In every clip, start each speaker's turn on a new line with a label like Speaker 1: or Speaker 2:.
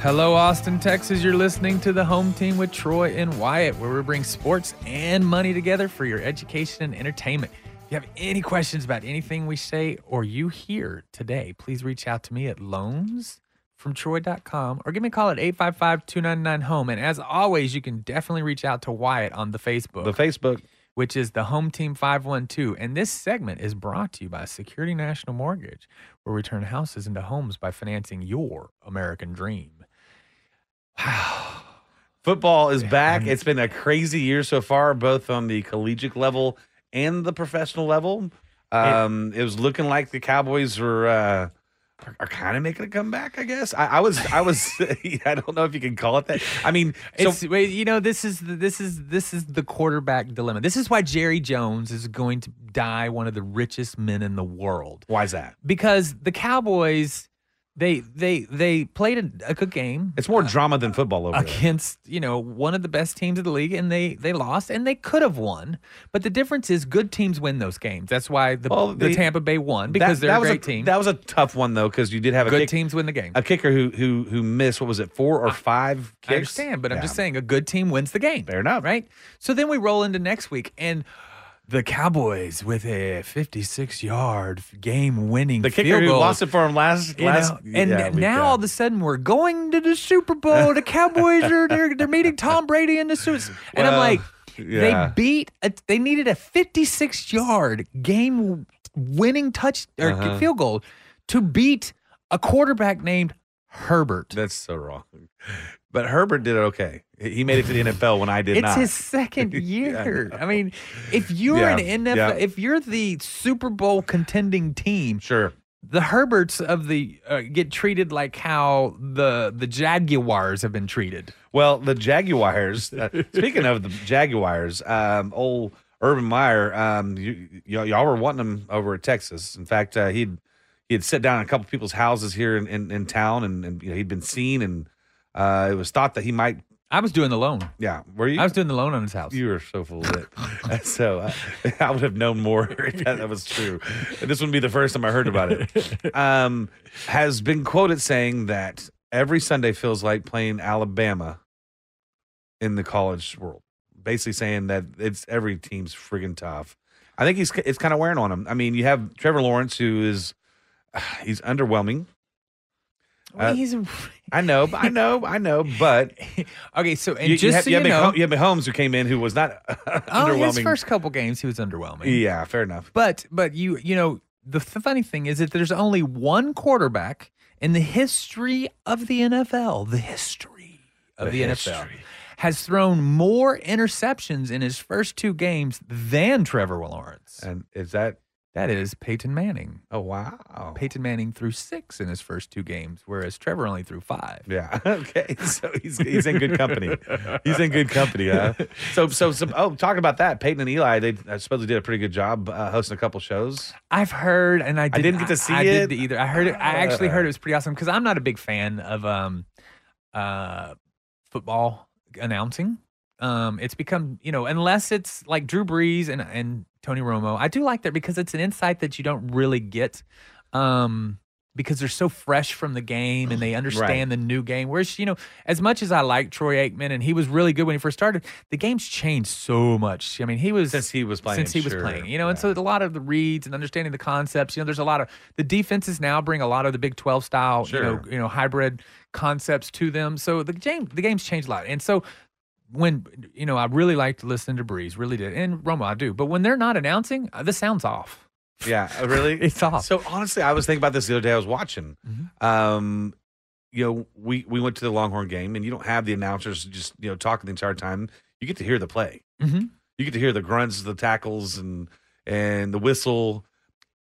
Speaker 1: Hello, Austin, Texas. You're listening to the home team with Troy and Wyatt, where we bring sports and money together for your education and entertainment. If you have any questions about anything we say or you hear today, please reach out to me at loansfromtroy.com or give me a call at 855 299 home. E. And as always, you can definitely reach out to Wyatt on the Facebook
Speaker 2: The Facebook.
Speaker 1: which is the Home Team 512. And this segment is brought to you by Security National Mortgage, where we turn houses into homes by financing your American dream.
Speaker 2: Football is back.
Speaker 1: I'm-
Speaker 2: It's been a crazy year so far, both on the collegiate level and the professional level. Um, it, was looking like the Cowboys were uh, are, are kind of making a comeback. I guess I, I was. I was. I don't know if you can call it that. I mean, so
Speaker 1: It's wait, you know this is the, this is this is the quarterback dilemma. This is why Jerry Jones is going to die one of the richest men in the world.
Speaker 2: why is that?
Speaker 1: Because the Cowboys they they they played a, a good game.
Speaker 2: It's more drama than football over there.
Speaker 1: against you know one of the best teams in the league and they they lost and they could have won but the difference is good teams win those games that's why the,
Speaker 2: Well,
Speaker 1: the
Speaker 2: the-
Speaker 1: tampa bay won because
Speaker 2: That-
Speaker 1: they're
Speaker 2: that was
Speaker 1: a great team
Speaker 2: That was a tough one though, because you did have a
Speaker 1: good
Speaker 2: kick-
Speaker 1: teams win the game
Speaker 2: a kicker who who who missed. What was it? Four or five kicks?
Speaker 1: I understand, but I'm
Speaker 2: Yeah.
Speaker 1: just saying a good team wins the game.
Speaker 2: Fair enough.
Speaker 1: Right? So then we roll into next week and the Cowboys with a 56 yard game winning
Speaker 2: The kicker
Speaker 1: field
Speaker 2: who
Speaker 1: goal.
Speaker 2: lost it for him last
Speaker 1: You
Speaker 2: last
Speaker 1: know, and
Speaker 2: yeah, week,
Speaker 1: now
Speaker 2: yeah.
Speaker 1: all of a sudden we're going to the Super Bowl. The Cowboys are they're, they're meeting Tom Brady in the suits, and I'm
Speaker 2: Well,
Speaker 1: like,
Speaker 2: yeah.
Speaker 1: they beat. A, they needed a 56 yard game winning touch or
Speaker 2: Uh-huh.
Speaker 1: field goal to beat a quarterback named Herbert.
Speaker 2: That's so wrong. But Herbert did it okay. He he made it to the NFL when I did
Speaker 1: it's
Speaker 2: not.
Speaker 1: his second
Speaker 2: Yeah, I
Speaker 1: year.
Speaker 2: know.
Speaker 1: I, mean, if you're
Speaker 2: Yeah,
Speaker 1: an NFL,
Speaker 2: yeah.
Speaker 1: if you're the Super Bowl contending team,
Speaker 2: sure.
Speaker 1: the Herberts of the uh, get treated like how the the Jaguars have been treated.
Speaker 2: Well, the Jaguars. uh, speaking of the Jaguars, um, old Urban Meyer, um, you, y- y'all were wanting him over at Texas. In fact, uh, he'd he had sat down in a couple people's houses here in, in, in town, and, and you know, he'd been seen, and uh, it was thought that he might.
Speaker 1: I was doing the loan.
Speaker 2: Yeah, were you?
Speaker 1: I was doing the loan on his house.
Speaker 2: You were so full of it. so uh, I would have known more if that, that was true. This wouldn't be the first time I heard about it. Um, has been quoted saying that every Sunday feels like playing Alabama in the college world. Basically saying that it's every team's friggin' tough. I think he's it's kind of wearing on him. I mean, you have Trevor Lawrence who is he's underwhelming.
Speaker 1: Well,
Speaker 2: uh,
Speaker 1: he's a-
Speaker 2: I know, I know, I know, but
Speaker 1: okay. So and
Speaker 2: you,
Speaker 1: just
Speaker 2: have,
Speaker 1: so
Speaker 2: you,
Speaker 1: you,
Speaker 2: have
Speaker 1: know,
Speaker 2: Mah- you have Mahomes who came in who was not
Speaker 1: oh,
Speaker 2: underwhelming.
Speaker 1: his first couple games he was underwhelming.
Speaker 2: Yeah, fair enough.
Speaker 1: But but you you know the th- funny thing is that there's only one quarterback in the history of the NFL, the history of the,
Speaker 2: The
Speaker 1: NFL,
Speaker 2: history.
Speaker 1: has thrown more interceptions in his first two games than Trevor Lawrence.
Speaker 2: And is that
Speaker 1: that is Peyton Manning.
Speaker 2: oh wow.
Speaker 1: Peyton Manning threw six in his first two games, whereas Trevor only threw five.
Speaker 2: Yeah. Okay. So he's he's in good company. he's in good company. Huh? So so so. Oh, talking about that, Peyton and Eli, they I suppose they did a pretty good job uh, hosting a couple shows.
Speaker 1: I've heard, and I, did,
Speaker 2: didn't get to see
Speaker 1: I,
Speaker 2: it.
Speaker 1: did either. I heard it. I actually heard it was pretty awesome because I'm not a big fan of um, uh, football announcing. Um, it's become you know unless it's like Drew Brees and and Tony Romo, I do like that because it's an insight that you don't really get. Um, because they're so fresh from the game and they understand the new game. Whereas, you know, as much as I like Troy Aikman and he was really good when he first started, the game's changed so much. I mean, he was
Speaker 2: Since he was playing,
Speaker 1: since he was
Speaker 2: sure.
Speaker 1: playing, you know, and so a lot of the reads and understanding the concepts. You know, there's a lot of the defenses now bring a lot of the Big Twelve style, you know,
Speaker 2: Sure.
Speaker 1: you know, hybrid concepts to them. So the game, the game's changed a lot, and so when you know, I really liked listening to Breeze, really did, and Roma, I do. But when they're not announcing, uh, the sound's off.
Speaker 2: Yeah, uh, really?
Speaker 1: It's Mm-hmm. off.
Speaker 2: So honestly, I was thinking about this the other day. I was watching. Um, you know, we we went to the Longhorn game, and you don't have the announcers just you know talking the entire time. You get to hear the play.
Speaker 1: Mhm.
Speaker 2: You get to hear the grunts, the tackles, and and the whistle.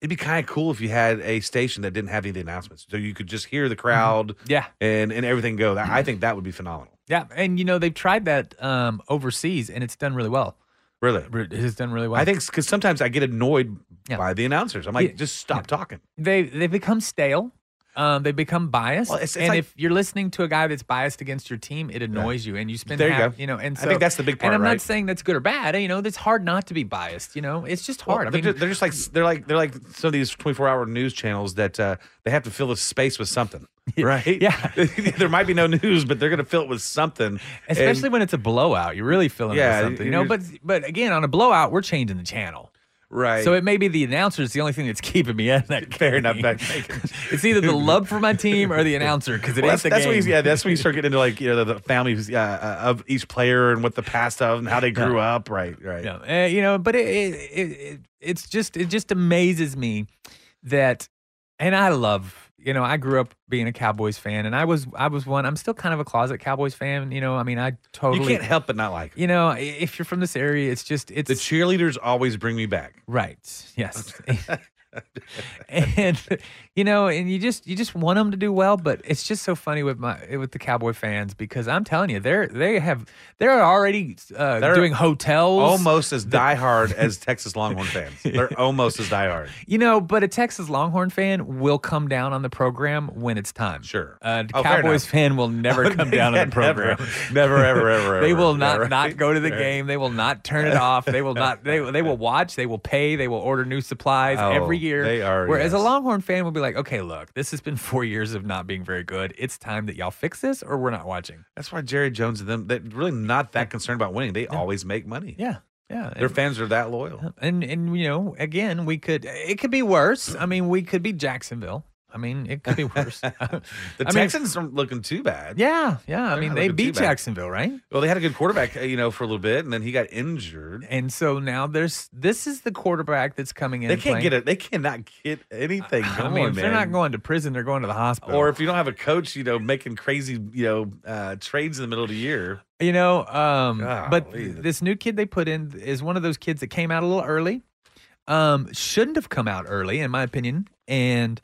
Speaker 2: It'd be kind of cool if you had a station that didn't have any of the announcements, so you could just hear
Speaker 1: Mm-hmm.
Speaker 2: the crowd
Speaker 1: Yeah,
Speaker 2: and and everything go. That- I think that would be phenomenal.
Speaker 1: yeah, and you know they've tried that um, overseas, and it's done really well.
Speaker 2: Really.
Speaker 1: It has done really well.
Speaker 2: I think because sometimes I get annoyed
Speaker 1: Yeah.
Speaker 2: by the announcers. I'm like,
Speaker 1: Yeah.
Speaker 2: just stop talking.
Speaker 1: they they become stale. Um, they become biased,
Speaker 2: Well, it's- it's
Speaker 1: and
Speaker 2: like-
Speaker 1: if you're listening to a guy that's biased against your team, it annoys you, and you spend
Speaker 2: There you
Speaker 1: half,
Speaker 2: go.
Speaker 1: you know. And
Speaker 2: I
Speaker 1: so
Speaker 2: think that's the big part,
Speaker 1: And I'm
Speaker 2: right?
Speaker 1: not saying that's good or bad. You know, it's hard not to be biased. You know, it's just
Speaker 2: Well,
Speaker 1: hard. I
Speaker 2: they're,
Speaker 1: mean,
Speaker 2: ju- they're just like they're like they're like some of these twenty four hour news channels that uh, they have to fill the space with something, right?
Speaker 1: Yeah.
Speaker 2: there might be no news, but they're going to fill it with something. And-
Speaker 1: especially when it's a blowout, you're really feeling
Speaker 2: Yeah,
Speaker 1: yeah, something. You know,
Speaker 2: you're-
Speaker 1: but but again, on a blowout, we're changing the channel.
Speaker 2: right?
Speaker 1: So it may be the announcer is the only thing that's keeping me at that.
Speaker 2: Fair enough,
Speaker 1: game.
Speaker 2: that- that-
Speaker 1: it's either the love for my team or the announcer because it
Speaker 2: Well, that's,
Speaker 1: ain't the
Speaker 2: that's
Speaker 1: game.
Speaker 2: when you, yeah, that's when you start getting into like you know the, the families uh, uh, of each player and what the past of and how they grew up, right? Right.
Speaker 1: Yeah, eh, you know, but it, it, it it- it's just it just amazes me that, and I love you know I grew up being a Cowboys fan, and I was I was one. I'm still kind of a closet Cowboys fan. You know, I mean, I
Speaker 2: You
Speaker 1: totally.
Speaker 2: can't help but not like it.
Speaker 1: you know, i- if you're from this area, it's just it's
Speaker 2: the cheerleaders always bring me back.
Speaker 1: right. Yes. and you know, and you just you just want them to do well, but it's just so funny with my with the Cowboy fans because I'm telling you, they're they have they're already uh,
Speaker 2: They're Oh
Speaker 1: doing hotels,
Speaker 2: Almost as diehard as Texas Longhorn fans. They're almost as diehard.
Speaker 1: You know, but a Texas Longhorn fan will come down on the program when it's time.
Speaker 2: Sure.
Speaker 1: A
Speaker 2: Oh, fair enough.
Speaker 1: Cowboys fan will never come down on the
Speaker 2: Yeah,
Speaker 1: program.
Speaker 2: Never, never, ever, ever.
Speaker 1: They
Speaker 2: ever.
Speaker 1: will not
Speaker 2: Yeah, right.
Speaker 1: not go to the
Speaker 2: Right.
Speaker 1: game. They will not turn it off. They will not. They they will watch. They will pay. They will order new supplies every
Speaker 2: Oh,
Speaker 1: year.
Speaker 2: they are,
Speaker 1: Whereas a
Speaker 2: yes.
Speaker 1: Longhorn fan will be like, okay, look, this has been four years of not being very good. It's time that y'all fix this, or we're not watching.
Speaker 2: That's why Jerry Jones and them, they're really not that concerned about winning. They always make money.
Speaker 1: Yeah, yeah.
Speaker 2: Their fans are that loyal.
Speaker 1: and and you know, again, we could. It could be worse. I mean, we could be Jacksonville. I mean, it could be worse.
Speaker 2: The
Speaker 1: I mean-
Speaker 2: Texans aren't looking too bad.
Speaker 1: Yeah, yeah. I
Speaker 2: They're
Speaker 1: mean,
Speaker 2: not
Speaker 1: they
Speaker 2: looking too
Speaker 1: beat
Speaker 2: bad.
Speaker 1: Jacksonville, right?
Speaker 2: Well, they had a good quarterback, uh, you know, for a little bit, and then he got injured.
Speaker 1: And so now there's this is the quarterback that's coming in.
Speaker 2: They can't
Speaker 1: playing.
Speaker 2: get it. They cannot get anything
Speaker 1: I
Speaker 2: going,
Speaker 1: mean, if they're
Speaker 2: man.
Speaker 1: not going to prison, they're going to the hospital.
Speaker 2: or if you don't have a coach, you know, making crazy, you know, uh, trades in the middle of the year.
Speaker 1: you know, um, but
Speaker 2: Golly.
Speaker 1: this new kid they put in is one of those kids that came out a little early. Um, shouldn't have come out early, in my opinion. And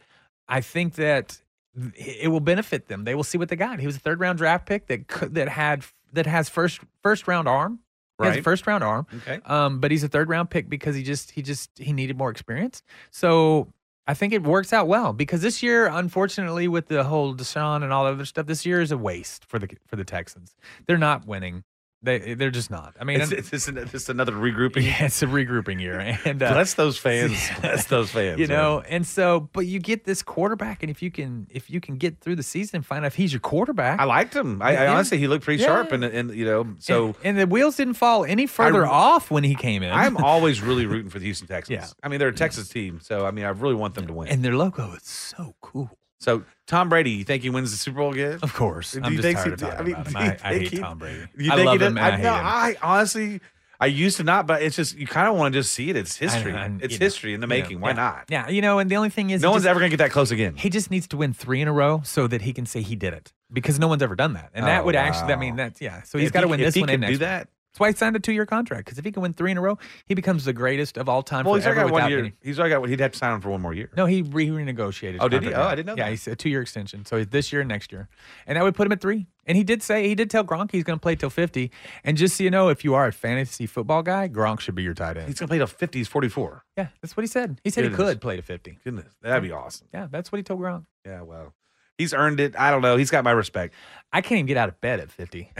Speaker 1: I think that th- it will benefit them. They will see what they got. He was a third round draft pick that could, that had that has first first round arm. He has a
Speaker 2: Right.
Speaker 1: first round arm.
Speaker 2: Okay.
Speaker 1: Um, but he's a third round pick because he just he just he needed more experience. So I think it works out well because this year, unfortunately, with the whole Deshaun and all that other stuff, this year is a waste for the for the Texans. They're not winning. They they're just not. I mean,
Speaker 2: It's, it's just, an- just another regrouping.
Speaker 1: yeah, it's a regrouping year, and uh,
Speaker 2: Bless those fans. Bless those fans.
Speaker 1: you
Speaker 2: man.
Speaker 1: know, and so but you get this quarterback, and if you can if you can get through the season and find out if he's your quarterback,
Speaker 2: I liked him. I, I
Speaker 1: Yeah.
Speaker 2: honestly, he looked pretty
Speaker 1: Yeah.
Speaker 2: sharp, and and you know, so
Speaker 1: and, and the wheels didn't fall any further off when he came in.
Speaker 2: I'm always really rooting for the Houston Texans.
Speaker 1: Yeah.
Speaker 2: I mean, they're a Texas team, so I mean, I really want them to win.
Speaker 1: and their logo is so cool.
Speaker 2: so, Tom Brady, you think he wins the Super Bowl again?
Speaker 1: Of course.
Speaker 2: Do
Speaker 1: I'm
Speaker 2: you
Speaker 1: just
Speaker 2: think
Speaker 1: tired of
Speaker 2: he-
Speaker 1: talking
Speaker 2: I mean,
Speaker 1: about him.
Speaker 2: do you
Speaker 1: I, I
Speaker 2: think
Speaker 1: hate
Speaker 2: he-
Speaker 1: Tom Brady.
Speaker 2: Do you
Speaker 1: I
Speaker 2: think he
Speaker 1: love
Speaker 2: does-
Speaker 1: him and
Speaker 2: I,
Speaker 1: I, hate
Speaker 2: no,
Speaker 1: him.
Speaker 2: I honestly, I used to not, but it's just you kind of want to just see it. It's history.
Speaker 1: I- I-
Speaker 2: it's
Speaker 1: you know,
Speaker 2: history in the
Speaker 1: you know,
Speaker 2: making. Why
Speaker 1: yeah.
Speaker 2: not?
Speaker 1: Yeah, you know, and the only thing is
Speaker 2: No
Speaker 1: he
Speaker 2: one's
Speaker 1: just-
Speaker 2: ever going to get that close again.
Speaker 1: he just needs to win three in a row so that he can say he did it. Because no one's ever done that. And that
Speaker 2: Oh,
Speaker 1: would actually I
Speaker 2: wow.
Speaker 1: mean that's yeah. So he's
Speaker 2: If
Speaker 1: gotta
Speaker 2: he-
Speaker 1: win
Speaker 2: if
Speaker 1: this
Speaker 2: he
Speaker 1: one
Speaker 2: can
Speaker 1: and next
Speaker 2: do
Speaker 1: one.
Speaker 2: that.
Speaker 1: That's why he signed a two year contract. Because if he can win three in a row, he becomes the greatest of all time
Speaker 2: Well, he's
Speaker 1: forever
Speaker 2: already got
Speaker 1: without
Speaker 2: one year.
Speaker 1: any-
Speaker 2: He's already got. one- He'd have to sign him for one more year.
Speaker 1: No, he re- renegotiated. his
Speaker 2: Oh, did he?
Speaker 1: contract
Speaker 2: Oh,
Speaker 1: now.
Speaker 2: I didn't know
Speaker 1: Yeah,
Speaker 2: that.
Speaker 1: he's a two-year extension, so he's this year and next year, and that would put him at three. And he did say he did tell Gronk he's going to play till fifty. And just so you know, if you are a fantasy football guy, Gronk should be your tight end.
Speaker 2: He's going to play till fifty. He's forty-four.
Speaker 1: Yeah, that's what he said. He said he
Speaker 2: Goodness.
Speaker 1: could play to 50.
Speaker 2: Goodness, that'd be awesome.
Speaker 1: Yeah, that's what he told Gronk.
Speaker 2: Yeah, well, he's earned it. I don't know. He's got my respect.
Speaker 1: I can't even get out of bed at 50.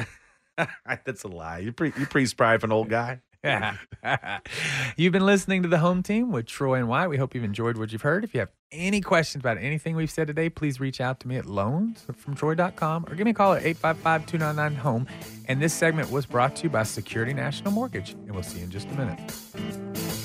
Speaker 2: That's a lie. You're pretty, you're pretty spry for an old guy.
Speaker 1: you've been listening to the home team with Troy and White. We hope you've enjoyed what you've heard. If you have any questions about anything we've said today, please reach out to me at loansfromtroy.com or give me a call at 855 299 home. And this segment was brought to you by Security National Mortgage. And we'll see you in just a minute.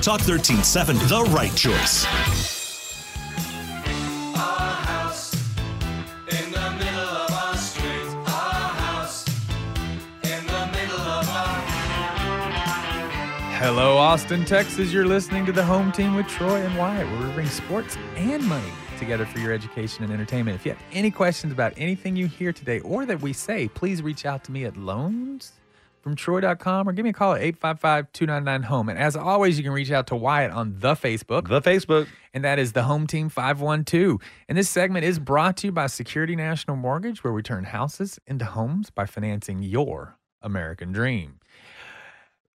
Speaker 3: Talk 137, the right choice.
Speaker 1: Hello, Austin, Texas. You're listening to the home team with Troy and Wyatt, where we bring sports and money together for your education and entertainment. If you have any questions about anything you hear today or that we say, please reach out to me at loans from troy.com or give me a call at 855 299 home. E. And as always, you can reach out to Wyatt on the Facebook,
Speaker 2: The Facebook.
Speaker 1: and that is the Home Team 512. And this segment is brought to you by Security National Mortgage, where we turn houses into homes by financing your American dream.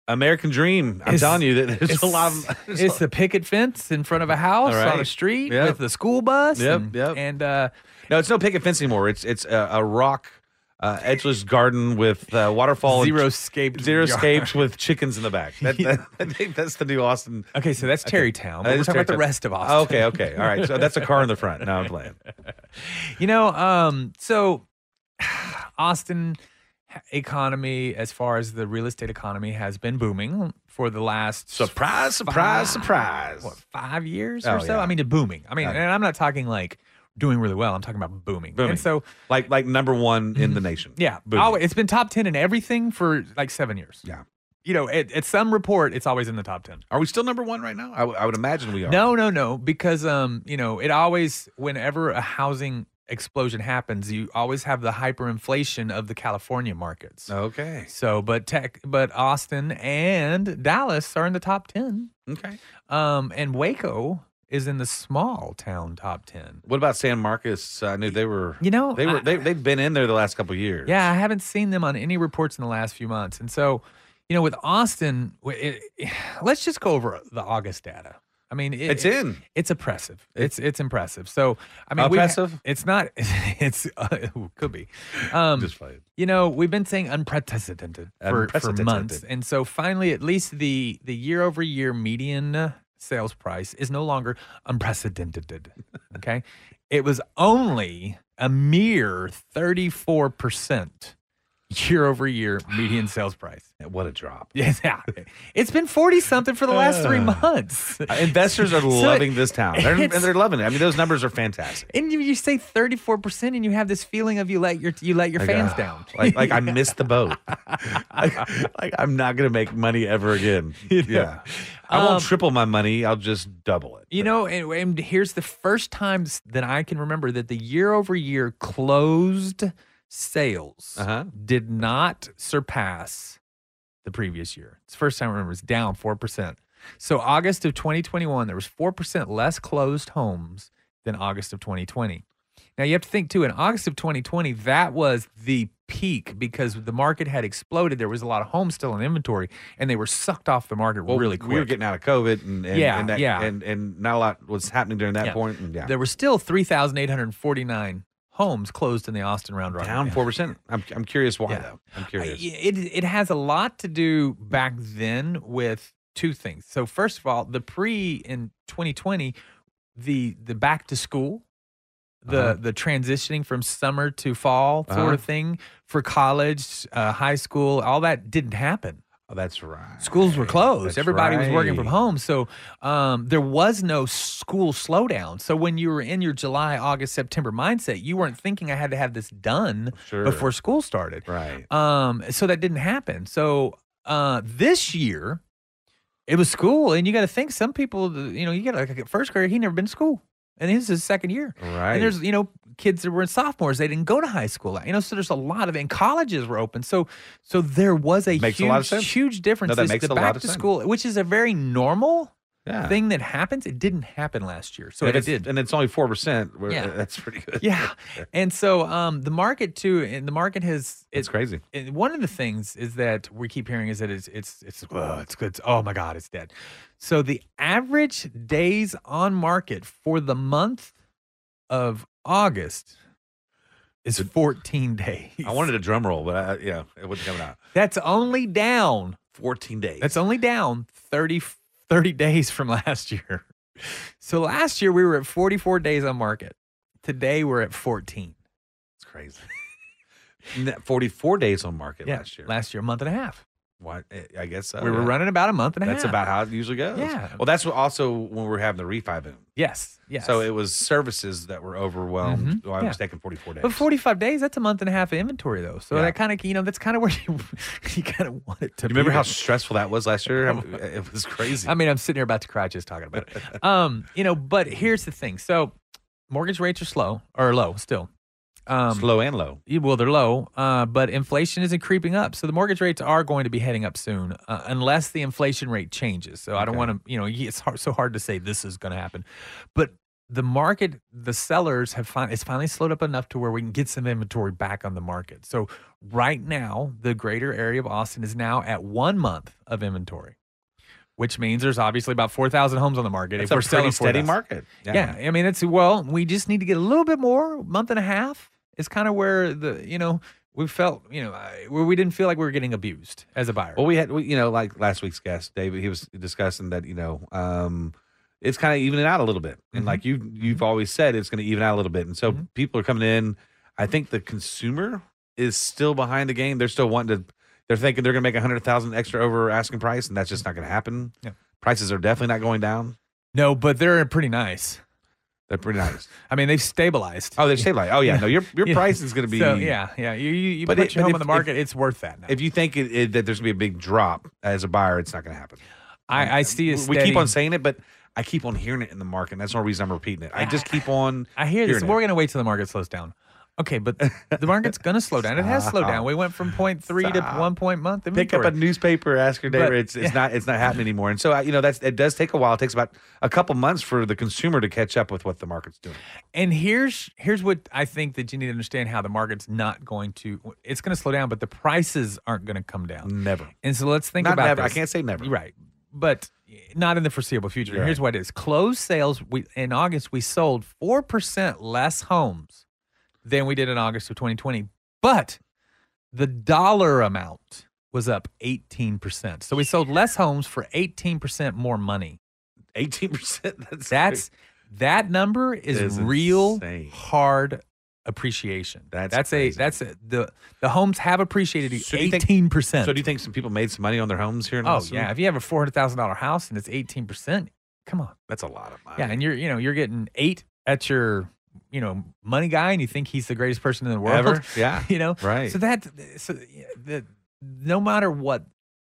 Speaker 2: American Dream. I'm
Speaker 1: It's-
Speaker 2: telling you that there's
Speaker 1: it's,
Speaker 2: a lot of there's a-
Speaker 1: it's the picket fence in front of a house
Speaker 2: All
Speaker 1: on a
Speaker 2: right.
Speaker 1: street
Speaker 2: Yep.
Speaker 1: with the school bus.
Speaker 2: Yep,
Speaker 1: and,
Speaker 2: yep.
Speaker 1: And uh,
Speaker 2: No, it's no picket fence anymore. It's it's a, a rock uh, edgeless garden with uh, waterfall and
Speaker 1: zero
Speaker 2: ch-
Speaker 1: scaped.
Speaker 2: zero
Speaker 1: yard.
Speaker 2: scapes with chickens in the back. That, that- I think that's the new Austin.
Speaker 1: Okay, so that's Terrytown. but
Speaker 2: That
Speaker 1: we're
Speaker 2: is
Speaker 1: talking about the
Speaker 2: Terrytown.
Speaker 1: rest of Austin.
Speaker 2: Oh, okay, okay, all right. So that's a car in the front. Now I'm playing.
Speaker 1: You know, um, so Austin economy, as far as the real estate economy, has been booming for the last
Speaker 2: Surprise! Surprise! Surprise!
Speaker 1: what five years
Speaker 2: Oh,
Speaker 1: or so.
Speaker 2: yeah.
Speaker 1: I mean, to booming. I mean,
Speaker 2: Yeah.
Speaker 1: and I'm not talking like doing really well. I'm talking about booming.
Speaker 2: Booming.
Speaker 1: And so, Mm-hmm.
Speaker 2: Like like number one in the nation.
Speaker 1: yeah,
Speaker 2: Boom.
Speaker 1: always- it's been top ten in everything for like seven years.
Speaker 2: Yeah.
Speaker 1: You know, at, at some report, it's always in the top ten.
Speaker 2: Are we still number one right now? I, w- I would imagine we are.
Speaker 1: No, no, no, because um, you know, it always whenever a housing explosion happens, you always have the hyperinflation of the California markets.
Speaker 2: Oh. Okay.
Speaker 1: So, but tech, but Austin and Dallas are in the top ten.
Speaker 2: Okay.
Speaker 1: Um, and Waco is in the small town top ten.
Speaker 2: What about San Marcos? I knew they were.
Speaker 1: You know,
Speaker 2: they were.
Speaker 1: I-
Speaker 2: they, they've been in there the last couple of years.
Speaker 1: Yeah, I haven't seen them on any reports in the last few months. And so, you know, with Austin, w- it, let's just go over the August data. I mean, it-
Speaker 2: It's in.
Speaker 1: It's oppressive. It's it's impressive. So I mean, we ha-
Speaker 2: Oppressive?
Speaker 1: it's not. It's uh, ooh, could be. Um,
Speaker 2: Just playing.
Speaker 1: you know, we've been saying unprecedented for, for
Speaker 2: Unprecedented.
Speaker 1: months, and so finally, at least the the year over year median uh, sales price is no longer unprecedented. Okay, it was only a mere thirty four percent year over year median sales price.
Speaker 2: What a drop.
Speaker 1: Yes, yeah, it's been forty something for the last three months.
Speaker 2: Uh, Investors are
Speaker 1: So
Speaker 2: loving this town. They're, and
Speaker 1: it's-
Speaker 2: they're loving it. I mean, those numbers are fantastic.
Speaker 1: And you- you say thirty four percent, and you have this feeling of you let your you let your
Speaker 2: Like,
Speaker 1: fans
Speaker 2: uh,
Speaker 1: down.
Speaker 2: Like, like I missed the boat. like, like, I'm not going to make money ever again. Yeah. I won't
Speaker 1: Um,
Speaker 2: triple my money. I'll just double it.
Speaker 1: You know, and, and here's the first times that I can remember that the year over year closed sales
Speaker 2: Uh-huh.
Speaker 1: did not surpass the previous year. It's the first time I remember it's down 4%. So August of 2021 there was 4% less closed homes than August of 2020. Now you have to think too. In August of 2020, that was the peak because the market had exploded. There was a lot of homes still in inventory, and they were sucked off the market
Speaker 2: Well,
Speaker 1: really quick.
Speaker 2: We were getting out of COVID, and, and
Speaker 1: Yeah,
Speaker 2: and that,
Speaker 1: yeah.
Speaker 2: and and not a lot was happening during that
Speaker 1: Yeah.
Speaker 2: point. And yeah,
Speaker 1: There were still 3,849 homes closed in the Austin Round Robin.
Speaker 2: down
Speaker 1: Yeah.
Speaker 2: four percent. I'm I'm curious why
Speaker 1: Yeah.
Speaker 2: though. I'm
Speaker 1: I-
Speaker 2: curious.
Speaker 1: it it has a lot to do back then with two things. So first of all, the pre in 2020, the the back to school, the
Speaker 2: Uh-huh.
Speaker 1: the transitioning from summer to fall sort
Speaker 2: Uh-huh.
Speaker 1: of thing for college, uh, high school, all that didn't happen.
Speaker 2: oh, that's right.
Speaker 1: Schools were closed.
Speaker 2: That's
Speaker 1: Everybody was working from
Speaker 2: right.
Speaker 1: home. So um, there was no school slowdown. So when you were in your July, August, September mindset, you weren't thinking I had to have this done
Speaker 2: Sure.
Speaker 1: before school started.
Speaker 2: Right.
Speaker 1: Um, so that didn't happen. So uh, this year, it was school, and you got to think some people, th- you know, you got like a first grader, he never been to school, and his is his second year.
Speaker 2: Right.
Speaker 1: And there's you know kids that were in sophomores, they didn't go to high school, you know. So there's a lot of and colleges were open, so so there was a
Speaker 2: Makes a
Speaker 1: huge
Speaker 2: lot of sense.
Speaker 1: huge difference.
Speaker 2: No, that
Speaker 1: This-
Speaker 2: makes
Speaker 1: the
Speaker 2: a lot
Speaker 1: back
Speaker 2: of
Speaker 1: to
Speaker 2: sense.
Speaker 1: school, which is a very normal
Speaker 2: Yeah.
Speaker 1: thing that happens. It didn't happen last year, so
Speaker 2: and
Speaker 1: it
Speaker 2: it's-
Speaker 1: did.
Speaker 2: and it's only four percent.
Speaker 1: Yeah.
Speaker 2: That's pretty good.
Speaker 1: yeah, and so um, the market too, and the market has
Speaker 2: It's
Speaker 1: it's
Speaker 2: crazy.
Speaker 1: and one of the things is that we keep hearing is that it's it's it's uh, it's good. Oh my God, it's dead. So the average days on market for the month of August is 14 days.
Speaker 2: I wanted a drum roll, but I, yeah, it wasn't coming out.
Speaker 1: That's only down.
Speaker 2: Fourteen days.
Speaker 1: That's only down 30 30 days from last year. So last year we were at 44 days on market. Today we're at 14.
Speaker 2: That's crazy. And that Forty-four days on market
Speaker 1: Yeah,
Speaker 2: last year.
Speaker 1: Last year, a month and a half.
Speaker 2: Why- eh, I guess so,
Speaker 1: we were
Speaker 2: yeah.
Speaker 1: running about a month and a
Speaker 2: That's
Speaker 1: half.
Speaker 2: about how it usually goes.
Speaker 1: Yeah.
Speaker 2: Well, that's what also when we were having the refi boom.
Speaker 1: Yes. Yes.
Speaker 2: So it was services that were overwhelmed.
Speaker 1: Mhm.
Speaker 2: Well, I
Speaker 1: Yeah.
Speaker 2: was taking 44 days.
Speaker 1: But 45 days, that's a month and a half of inventory, though. So
Speaker 2: Yeah.
Speaker 1: that kind of, you know, that's kind of where you, you kind of want it to
Speaker 2: you remember
Speaker 1: be.
Speaker 2: how stressful that was last year? I'm- it was crazy.
Speaker 1: I mean, I'm sitting here about to cry just talking about it. Um, you know, but here's the thing. So mortgage rates are slow or low still. Um,
Speaker 2: Slow and low.
Speaker 1: Yeah, Well, they're low, uh, but inflation isn't creeping up. So the mortgage rates are going to be heading up soon, uh, unless the inflation rate changes. So I don't
Speaker 2: Okay.
Speaker 1: want to, you know, it's hard, so hard to say this is going to happen. But the market, the sellers have fin- it's finally slowed up enough to where we can get some inventory back on the market. So right now, the greater area of Austin is now at one month of inventory, which means there's obviously about four thousand homes on the market.
Speaker 2: It's
Speaker 1: if
Speaker 2: a
Speaker 1: we're
Speaker 2: pretty
Speaker 1: selling
Speaker 2: steady
Speaker 1: 4,000.
Speaker 2: market.
Speaker 1: Yeah. I mean, it's well, we just need to get a little bit more. Month and a half is kind of where the you know we felt you know I- where we didn't feel like we were getting abused as a buyer.
Speaker 2: Well, we had, we, you know, like last week's guest, David, he was discussing that, you know, um, it's kind of evening out a little bit. And
Speaker 1: Mhm.
Speaker 2: like you, you've always said, it's going to even out a little bit. And so
Speaker 1: Mhm.
Speaker 2: people are coming in. I think the consumer is still behind the game. They're still wanting to, they're thinking they're going to make a hundred thousand extra over asking price. And that's just not going to happen.
Speaker 1: Yeah.
Speaker 2: Prices are definitely not going down.
Speaker 1: no, but they're pretty nice.
Speaker 2: They're pretty nice.
Speaker 1: I mean, they've stabilized.
Speaker 2: Oh, they say like, oh yeah, no, your, your
Speaker 1: Yeah.
Speaker 2: price is going to be,
Speaker 1: So yeah, yeah. You you, you
Speaker 2: But
Speaker 1: put
Speaker 2: it-
Speaker 1: your
Speaker 2: but
Speaker 1: home
Speaker 2: if-
Speaker 1: on the
Speaker 2: if-
Speaker 1: market, it's worth that. Now.
Speaker 2: if you think it, it, that there's going to be a big drop as a buyer, it's not going to happen.
Speaker 1: I, I see a
Speaker 2: We- We keep
Speaker 1: steady-
Speaker 2: on saying it, but I keep on hearing it in the market. And that's the only reason I'm repeating it. I just keep on.
Speaker 1: I hear this.
Speaker 2: hearing
Speaker 1: We're
Speaker 2: it.
Speaker 1: going to wait till the market slows down. Okay, but the market's going to slow down. It has slowed down.
Speaker 2: Stop.
Speaker 1: We went from 0.3
Speaker 2: Stop.
Speaker 1: to one point month.
Speaker 2: Pick up a
Speaker 1: inventory.
Speaker 2: newspaper, ask your neighbor.
Speaker 1: But-
Speaker 2: it's it's not it's not happening anymore. And so I, you know that's it does take a while. It takes about a couple months for the consumer to catch up with what the market's doing.
Speaker 1: And here's here's what I think that you need to understand how the market's not going to it's going to slow down, but the prices aren't going to come down.
Speaker 2: Never.
Speaker 1: And so let's think
Speaker 2: Not
Speaker 1: about
Speaker 2: never. I
Speaker 1: this.
Speaker 2: can't say never.
Speaker 1: Right. But not in the foreseeable future.
Speaker 2: You're
Speaker 1: Here's what it is. Closed sales we in August we sold 4% less homes than we did in August of 2020. But the dollar amount was up 18%. So we sold less homes for 18% more money.
Speaker 2: Eighteen percent. That's
Speaker 1: That's that number is,
Speaker 2: That is
Speaker 1: real
Speaker 2: insane.
Speaker 1: hard appreciation.
Speaker 2: That's
Speaker 1: that's
Speaker 2: crazy.
Speaker 1: a that's a, the the homes have appreciated
Speaker 2: So do you think-
Speaker 1: eighteen percent.
Speaker 2: So do you think some people made some money on their homes here? In
Speaker 1: Oh
Speaker 2: Austin?
Speaker 1: yeah, if you have a four hundred thousand dollar house and it's eighteen percent, come on.
Speaker 2: that's a lot of money.
Speaker 1: Yeah, and you're you know you're getting eight at your you know money guy, and you think he's the greatest person in the world.
Speaker 2: Ever? Yeah.
Speaker 1: you know
Speaker 2: Ah, Right.
Speaker 1: So that so yeah, the no matter what,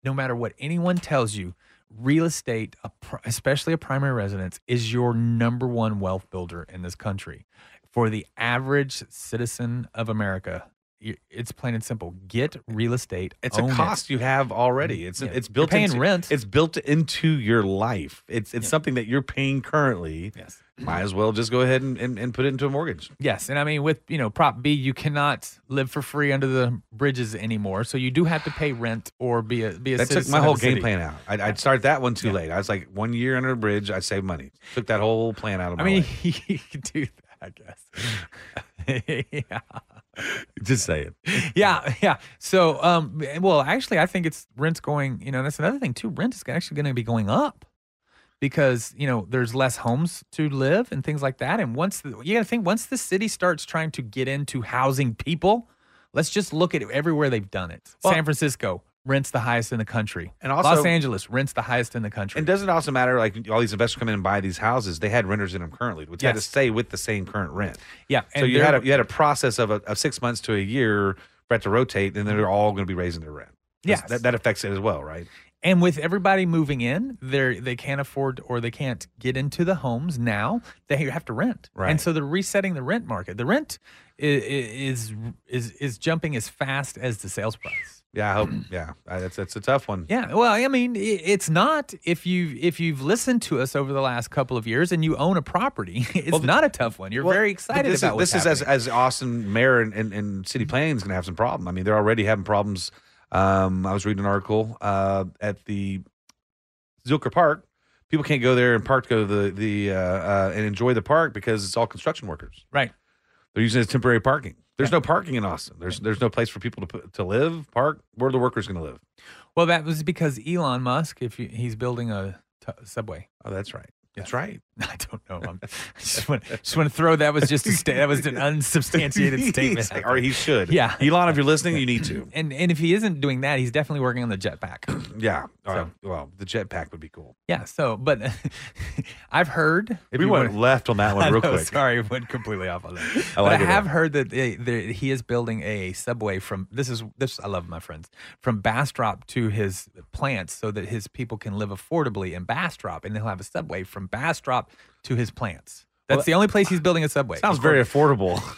Speaker 1: no matter what anyone tells you. Real estate, a pr- especially a primary residence, is your number one wealth builder in this country. For the average citizen of America, y- it's plain and simple. Get real estate.
Speaker 2: It's a
Speaker 1: own it. Mm.
Speaker 2: cost you have already. It's
Speaker 1: Yeah.
Speaker 2: it's
Speaker 1: You're
Speaker 2: built
Speaker 1: paying
Speaker 2: into,
Speaker 1: rent.
Speaker 2: It's built into your life. It's it's something that you're paying currently.
Speaker 1: Yes.
Speaker 2: might as well just go ahead and, and, and put it into a mortgage.
Speaker 1: Yes, and I mean with you know Prop B, you cannot live for free under the bridges anymore. So you do have to pay rent or be a be a.
Speaker 2: That took
Speaker 1: citizen
Speaker 2: my
Speaker 1: of
Speaker 2: whole
Speaker 1: the
Speaker 2: game
Speaker 1: city.
Speaker 2: plan out. I'd, I'd start that one too late. I was like, one year under a bridge, I saved money. Took that whole plan out of my
Speaker 1: I mean,
Speaker 2: life.
Speaker 1: you could do that, I guess. yeah.
Speaker 2: just saying.
Speaker 1: yeah, yeah. So, um, well, actually, I think it's rent's going. You know, that's another thing too. Rent is actually going to be going up because you know there's less homes to live and things like that. And once the, you got to think, once the city starts trying to get into housing people, let's just look at everywhere they've done it.
Speaker 2: Well-
Speaker 1: San Francisco rents the highest in the country,
Speaker 2: And
Speaker 1: Los
Speaker 2: also-
Speaker 1: Angeles rents the highest in the country.
Speaker 2: And doesn't it also matter like all these investors come in and buy these houses? They had renters in them currently, which had to
Speaker 1: Yes.
Speaker 2: stay with the same current rent.
Speaker 1: yeah,
Speaker 2: so
Speaker 1: and
Speaker 2: you had
Speaker 1: they're-
Speaker 2: a, you had a process of, a, of six months to a year for it to rotate, and then they're all going to be raising their rent. That's-
Speaker 1: Yes.
Speaker 2: that, that affects it as well, right?
Speaker 1: And with everybody moving in, they they can't afford or they can't get into the homes now. They have to rent,
Speaker 2: Right.
Speaker 1: And so they're resetting the rent market. The rent is is is, is jumping as fast as the sales price.
Speaker 2: Yeah, I hope. yeah, I, that's that's a tough one.
Speaker 1: Yeah, well, I mean, i- it's not if you if you've listened to us over the last couple of years and you own a property, it's not a tough one. You're
Speaker 2: Well,
Speaker 1: very
Speaker 2: but
Speaker 1: excited
Speaker 2: this
Speaker 1: about
Speaker 2: is,
Speaker 1: what's
Speaker 2: this is
Speaker 1: happening. Mm-hmm.
Speaker 2: as as Austin mayor and, and, and city planning is going to have some problem. I mean, they're already having problems. Um, I was reading an article uh, at the Zilker Park. People can't go there and park go to the the uh, uh, and enjoy the park because it's all construction workers.
Speaker 1: right.
Speaker 2: They're using it as temporary parking. There's no parking in Austin. There's there's no place for people to put, to live, park. Where are the workers going to live?
Speaker 1: Well, that was because Elon Musk, if you, he's building a t- subway.
Speaker 2: Oh, that's right. That's right.
Speaker 1: I don't know. I'm, I just want just want to throw that was just a sta- that was an unsubstantiated statement.
Speaker 2: He's like, or he should.
Speaker 1: Yeah.
Speaker 2: Elon, if you're listening, you need to.
Speaker 1: and and if he isn't doing that, he's definitely working on the jetpack.
Speaker 2: Yeah. Uh, well, the jetpack would be cool.
Speaker 1: Yeah. So, but I've heard
Speaker 2: If we went left on that one
Speaker 1: I
Speaker 2: real
Speaker 1: know,
Speaker 2: quick.
Speaker 1: Sorry, went completely off on that.
Speaker 2: I
Speaker 1: I,
Speaker 2: like
Speaker 1: but
Speaker 2: it,
Speaker 1: I have
Speaker 2: though.
Speaker 1: heard that they, they, he is building a subway from this is this I love my friends from Bastrop to his plants so that his people can live affordably in Bastrop, and they'll have a subway from Bastrop to his plants. That's the only place he's building a subway.
Speaker 2: Sounds very affordable.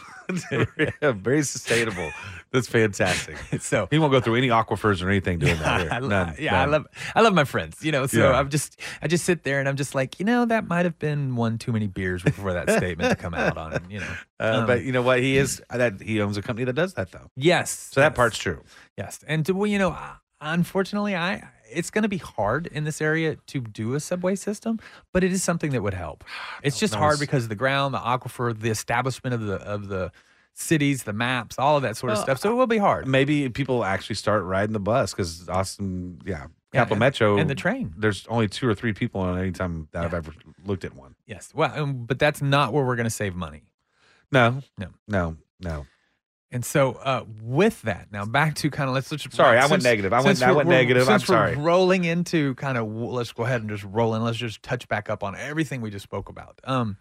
Speaker 2: Yeah, very sustainable. That's fantastic.
Speaker 1: so.
Speaker 2: He won't go through any aquifers or anything doing that. here.
Speaker 1: I, lo-
Speaker 2: None,
Speaker 1: yeah,
Speaker 2: none.
Speaker 1: I love I love my friends, you know. So
Speaker 2: Yeah.
Speaker 1: I'm just I just sit there and I'm just like, you know, that might have been one too many beers before that statement to come out on, you know.
Speaker 2: Uh,
Speaker 1: Um,
Speaker 2: but you know what? He is that he owns a company that does that though.
Speaker 1: yes,
Speaker 2: So that
Speaker 1: yes,
Speaker 2: part's true.
Speaker 1: yes. And to, well, you know, I- unfortunately, I it's going to be hard in this area to do a subway system, but it is something that would help. It's just
Speaker 2: that
Speaker 1: hard
Speaker 2: was-
Speaker 1: because of the ground, the aquifer, the establishment of the of the cities, the maps, all of that sort of
Speaker 2: Well,
Speaker 1: stuff. So it will be hard.
Speaker 2: Maybe people actually start riding the bus because Austin, yeah,
Speaker 1: Yeah,
Speaker 2: Capital
Speaker 1: and-
Speaker 2: Metro
Speaker 1: and the train.
Speaker 2: There's only two or three people on any time that I've ever looked at one.
Speaker 1: Yes. Well, um, but that's not where we're going to save money.
Speaker 2: No,
Speaker 1: No.
Speaker 2: no, no.
Speaker 1: And so, uh, with that, now back to kind of let's. let's
Speaker 2: Sorry, I went
Speaker 1: since-
Speaker 2: negative. I
Speaker 1: since
Speaker 2: went- I
Speaker 1: we're-
Speaker 2: went
Speaker 1: we're-
Speaker 2: negative. I'm
Speaker 1: since we're
Speaker 2: sorry.
Speaker 1: Rolling into kind of, let's go ahead and just roll in. Let's just touch back up on everything we just spoke about. Um,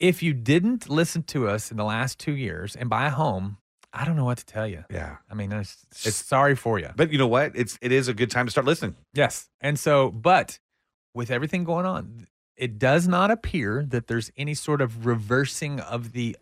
Speaker 1: if you didn't listen to us in the last two years and buy a home, I don't know what to tell you.
Speaker 2: Yeah,
Speaker 1: I mean, it's,
Speaker 2: It's-
Speaker 1: sorry for you.
Speaker 2: but you know what? It's it is a good time to start listening.
Speaker 1: Yes. And so, but with everything going on, it does not appear that there's any sort of reversing of the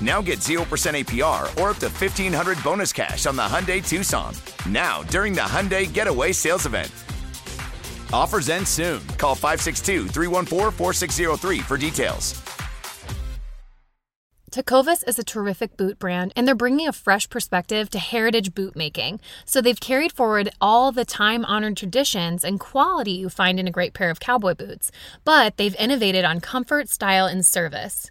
Speaker 4: Now get 0% APR or up to 1500 bonus cash on the Hyundai Tucson. Now, during the Hyundai Getaway Sales Event. Offers end soon. Call 562 314 4603 for details.
Speaker 5: Tecovas is a terrific boot brand, and they're bringing a fresh perspective to heritage boot making. So they've carried forward all the time honored traditions and quality you find in a great pair of cowboy boots, but they've innovated on comfort, style, and service.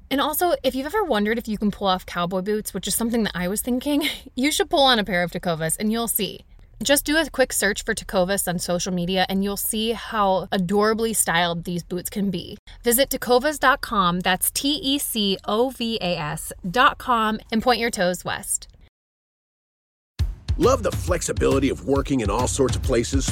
Speaker 5: And also, if you've ever wondered if you can pull off cowboy boots, which is something that I was thinking, you should pull on a pair of Tecovas and you'll see. Just do a quick search for Tecovas on social media and you'll see how adorably styled these boots can be. Visit tecovas.com, that's T E C O V A S.com, and point your toes west.
Speaker 6: Love the flexibility of working in all sorts of places?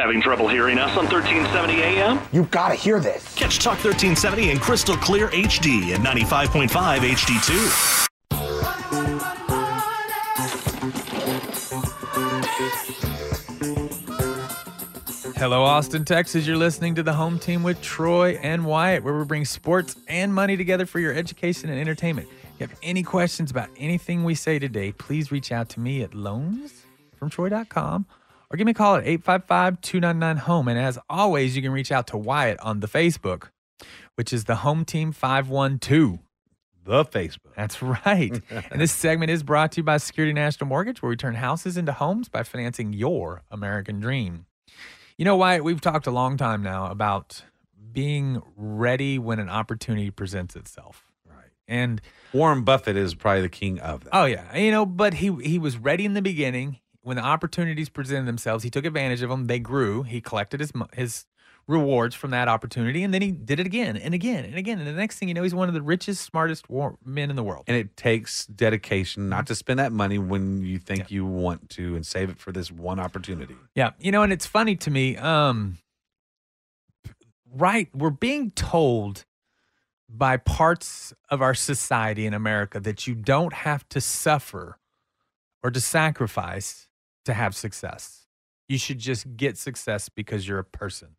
Speaker 7: Having trouble hearing us on 1370 AM?
Speaker 8: You gotta hear this.
Speaker 3: Catch Talk 1370 in crystal clear HD at 95.5 HD2.
Speaker 1: Hello, Austin, Texas. You're listening to the home team with Troy and Wyatt, where we bring sports and money together for your education and entertainment. If you have any questions about anything we say today, please reach out to me at loansfromtroy.com or give me a call at 855 299 home. E. And as always, you can reach out to Wyatt on the Facebook, which is the home team 512
Speaker 2: the Facebook.
Speaker 1: That's right. and this segment is brought to you by Security National Mortgage, where we turn houses into homes by financing your American dream. You know, Wyatt, we've talked a long time now about being ready when an opportunity presents itself. Right. And
Speaker 2: Warren Buffett is probably the king of that.
Speaker 1: Oh yeah. You know, but he he was ready in the beginning. When the opportunities presented themselves, he took advantage of them. They grew. He collected his his rewards from that opportunity. And then he did it again and again and again. And the next thing you know, he's one of the richest, smartest war- men in the world.
Speaker 2: And it takes dedication
Speaker 1: Mm-hmm.
Speaker 2: not to spend that money when you think yeah. you want to and save it for this one opportunity.
Speaker 1: Yeah. You know, and it's funny to me. Um, right. We're being told by parts of our society in America that you don't have to suffer or to sacrifice to have success. You should just get success because you're a person.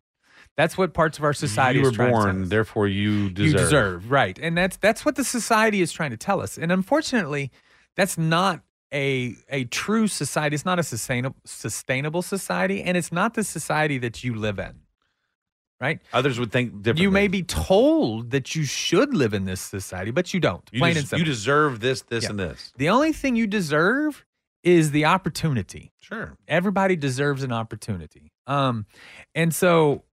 Speaker 1: That's what parts of our society
Speaker 2: you
Speaker 1: were
Speaker 2: born, therefore you deserve.
Speaker 1: You deserve, right? And that's that's what the society is trying to tell us. And unfortunately, that's not a a true society. It's not a sustainable sustainable society, and it's not the society that you live in. Right?
Speaker 2: Others would think differently.
Speaker 1: You may be told that you should live in this society, but you don't.
Speaker 2: You
Speaker 1: plain
Speaker 2: des-
Speaker 1: and simple.
Speaker 2: You deserve this, this, yeah. and this.
Speaker 1: The only thing you deserve is the opportunity.
Speaker 2: Sure.
Speaker 1: Everybody deserves an opportunity. Um, and so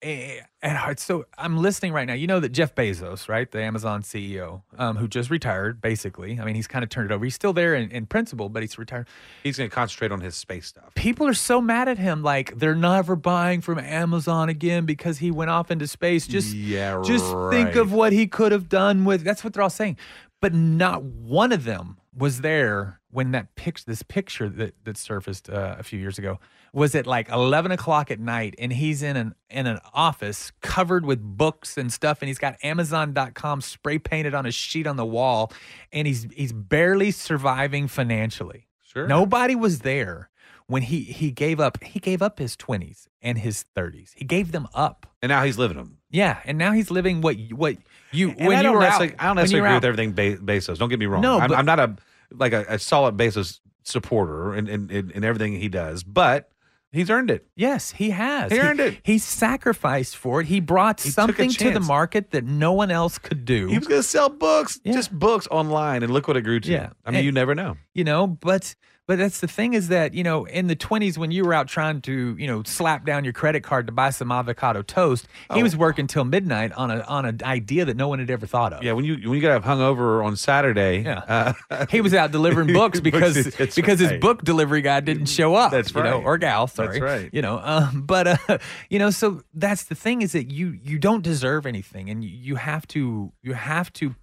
Speaker 1: eh, and so I'm listening right now. You know that Jeff Bezos, right, the Amazon CEO, um, who just retired, basically. I mean, he's kind of turned it over. He's still there in, in principle, but he's retired.
Speaker 2: He's going to concentrate on his space stuff.
Speaker 1: People are so mad at him, like they're never buying from Amazon again because he went off into space. Just,
Speaker 2: yeah,
Speaker 1: just
Speaker 2: right.
Speaker 1: think of what he could have done with. That's what they're all saying, but not one of them was there when that pic- this picture that, that surfaced uh, a few years ago was at like 11 o'clock at night and he's in an in an office covered with books and stuff and he's got amazon.com spray painted on a sheet on the wall and he's he's barely surviving financially
Speaker 2: sure
Speaker 1: nobody was there when he he gave up he gave up his 20s and his 30s. He gave them up.
Speaker 2: And now he's living them.
Speaker 1: Yeah, and now he's living what you, what you
Speaker 2: And
Speaker 1: when
Speaker 2: I
Speaker 1: you
Speaker 2: don't
Speaker 1: were out.
Speaker 2: necessarily, I don't
Speaker 1: when you
Speaker 2: necessarily
Speaker 1: were
Speaker 2: agree
Speaker 1: out-
Speaker 2: with everything Be- Bezos. Don't get me wrong.
Speaker 1: No,
Speaker 2: I'm,
Speaker 1: but-
Speaker 2: I'm not a like a, a solid Bezos supporter in, in, in, in everything he does, but he's earned it.
Speaker 1: Yes, he has.
Speaker 2: He earned it.
Speaker 1: He sacrificed for it. He brought
Speaker 2: He took a
Speaker 1: something to the
Speaker 2: chance.
Speaker 1: market that no one else could do.
Speaker 2: He was going to sell books, just books online, and look what it grew to.
Speaker 1: Yeah.
Speaker 2: I mean,
Speaker 1: Hey.
Speaker 2: you never know.
Speaker 1: you know but but that's the thing is that you know in the 20s when you were out trying to you know slap down your credit card to buy some avocado toast he
Speaker 2: Oh.
Speaker 1: was working till midnight on a on an idea that no one had ever thought of
Speaker 2: Yeah, when you when you got hungover on Saturday,
Speaker 1: yeah. he was out delivering books because
Speaker 2: That's
Speaker 1: because his
Speaker 2: right.
Speaker 1: book delivery guy didn't show up
Speaker 2: That's
Speaker 1: you know
Speaker 2: right.
Speaker 1: or gal
Speaker 2: That's
Speaker 1: sorry
Speaker 2: right.
Speaker 1: you know um, but uh, you know so that's the thing is that you you don't deserve anything and you, you have to you have to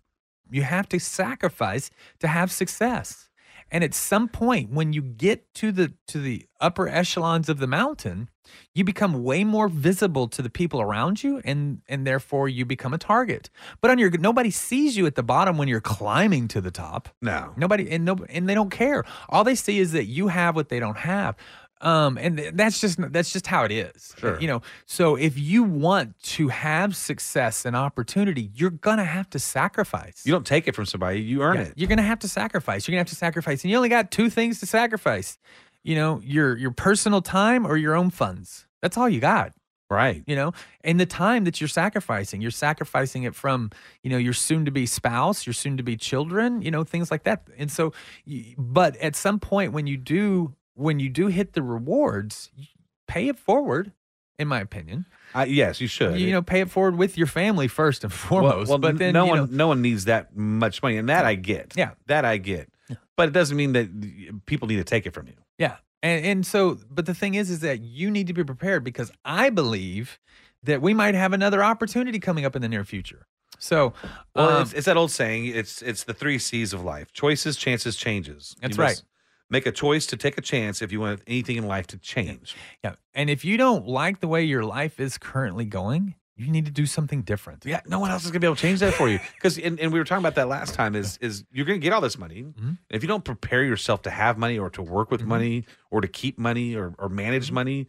Speaker 1: you have to sacrifice to have success and at some point when you get to the to the upper echelons of the mountain you become way more visible to the people around you and and therefore you become a target but on your nobody sees you at the bottom when you're climbing to the top
Speaker 2: no
Speaker 1: nobody and no and they don't care all they see is that you have what they don't have um and th- that's just that's just how it is
Speaker 2: Sure.
Speaker 1: you know so if you want to have success and opportunity you're gonna have to sacrifice
Speaker 2: you don't take it from somebody; you earn
Speaker 1: yeah,
Speaker 2: it.
Speaker 1: You're gonna have to sacrifice. You're gonna have to sacrifice, and you only got two things to sacrifice. You know, your your personal time or your own funds. That's all you got.
Speaker 2: Right.
Speaker 1: You know, and the time that you're sacrificing, you're sacrificing it from, you know, your soon to be spouse, your soon to be children, you know, things like that. And so, y- but at some point when you do, when you do hit the rewards, y- pay it forward, in my opinion.
Speaker 2: I, yes, you should.
Speaker 1: You know, pay it forward with your family first and foremost.
Speaker 2: Well, well,
Speaker 1: but then
Speaker 2: no
Speaker 1: you
Speaker 2: one
Speaker 1: know,
Speaker 2: no one needs that much money, and that I get.
Speaker 1: Yeah.
Speaker 2: that I get. But it doesn't mean that people need to take it from you.
Speaker 1: Yeah. And and so but the thing is is that you need to be prepared because I believe that we might have another opportunity coming up in the near future. So
Speaker 2: Well,
Speaker 1: um,
Speaker 2: it's, it's that old saying. It's it's the three C's of life: choices, chances, changes. You
Speaker 1: That's
Speaker 2: must
Speaker 1: right.
Speaker 2: Make a choice to take a chance if you want anything in life to change.
Speaker 1: yeah. And if you don't like the way your life is currently going, you need to do something different.
Speaker 2: Yeah, no one else is gonna be able to change that for you. Because and, and we were talking about that last time is is you're gonna get all this money.
Speaker 1: Mm-hmm.
Speaker 2: If you don't prepare yourself to have money or to work with money or to keep money or or manage money,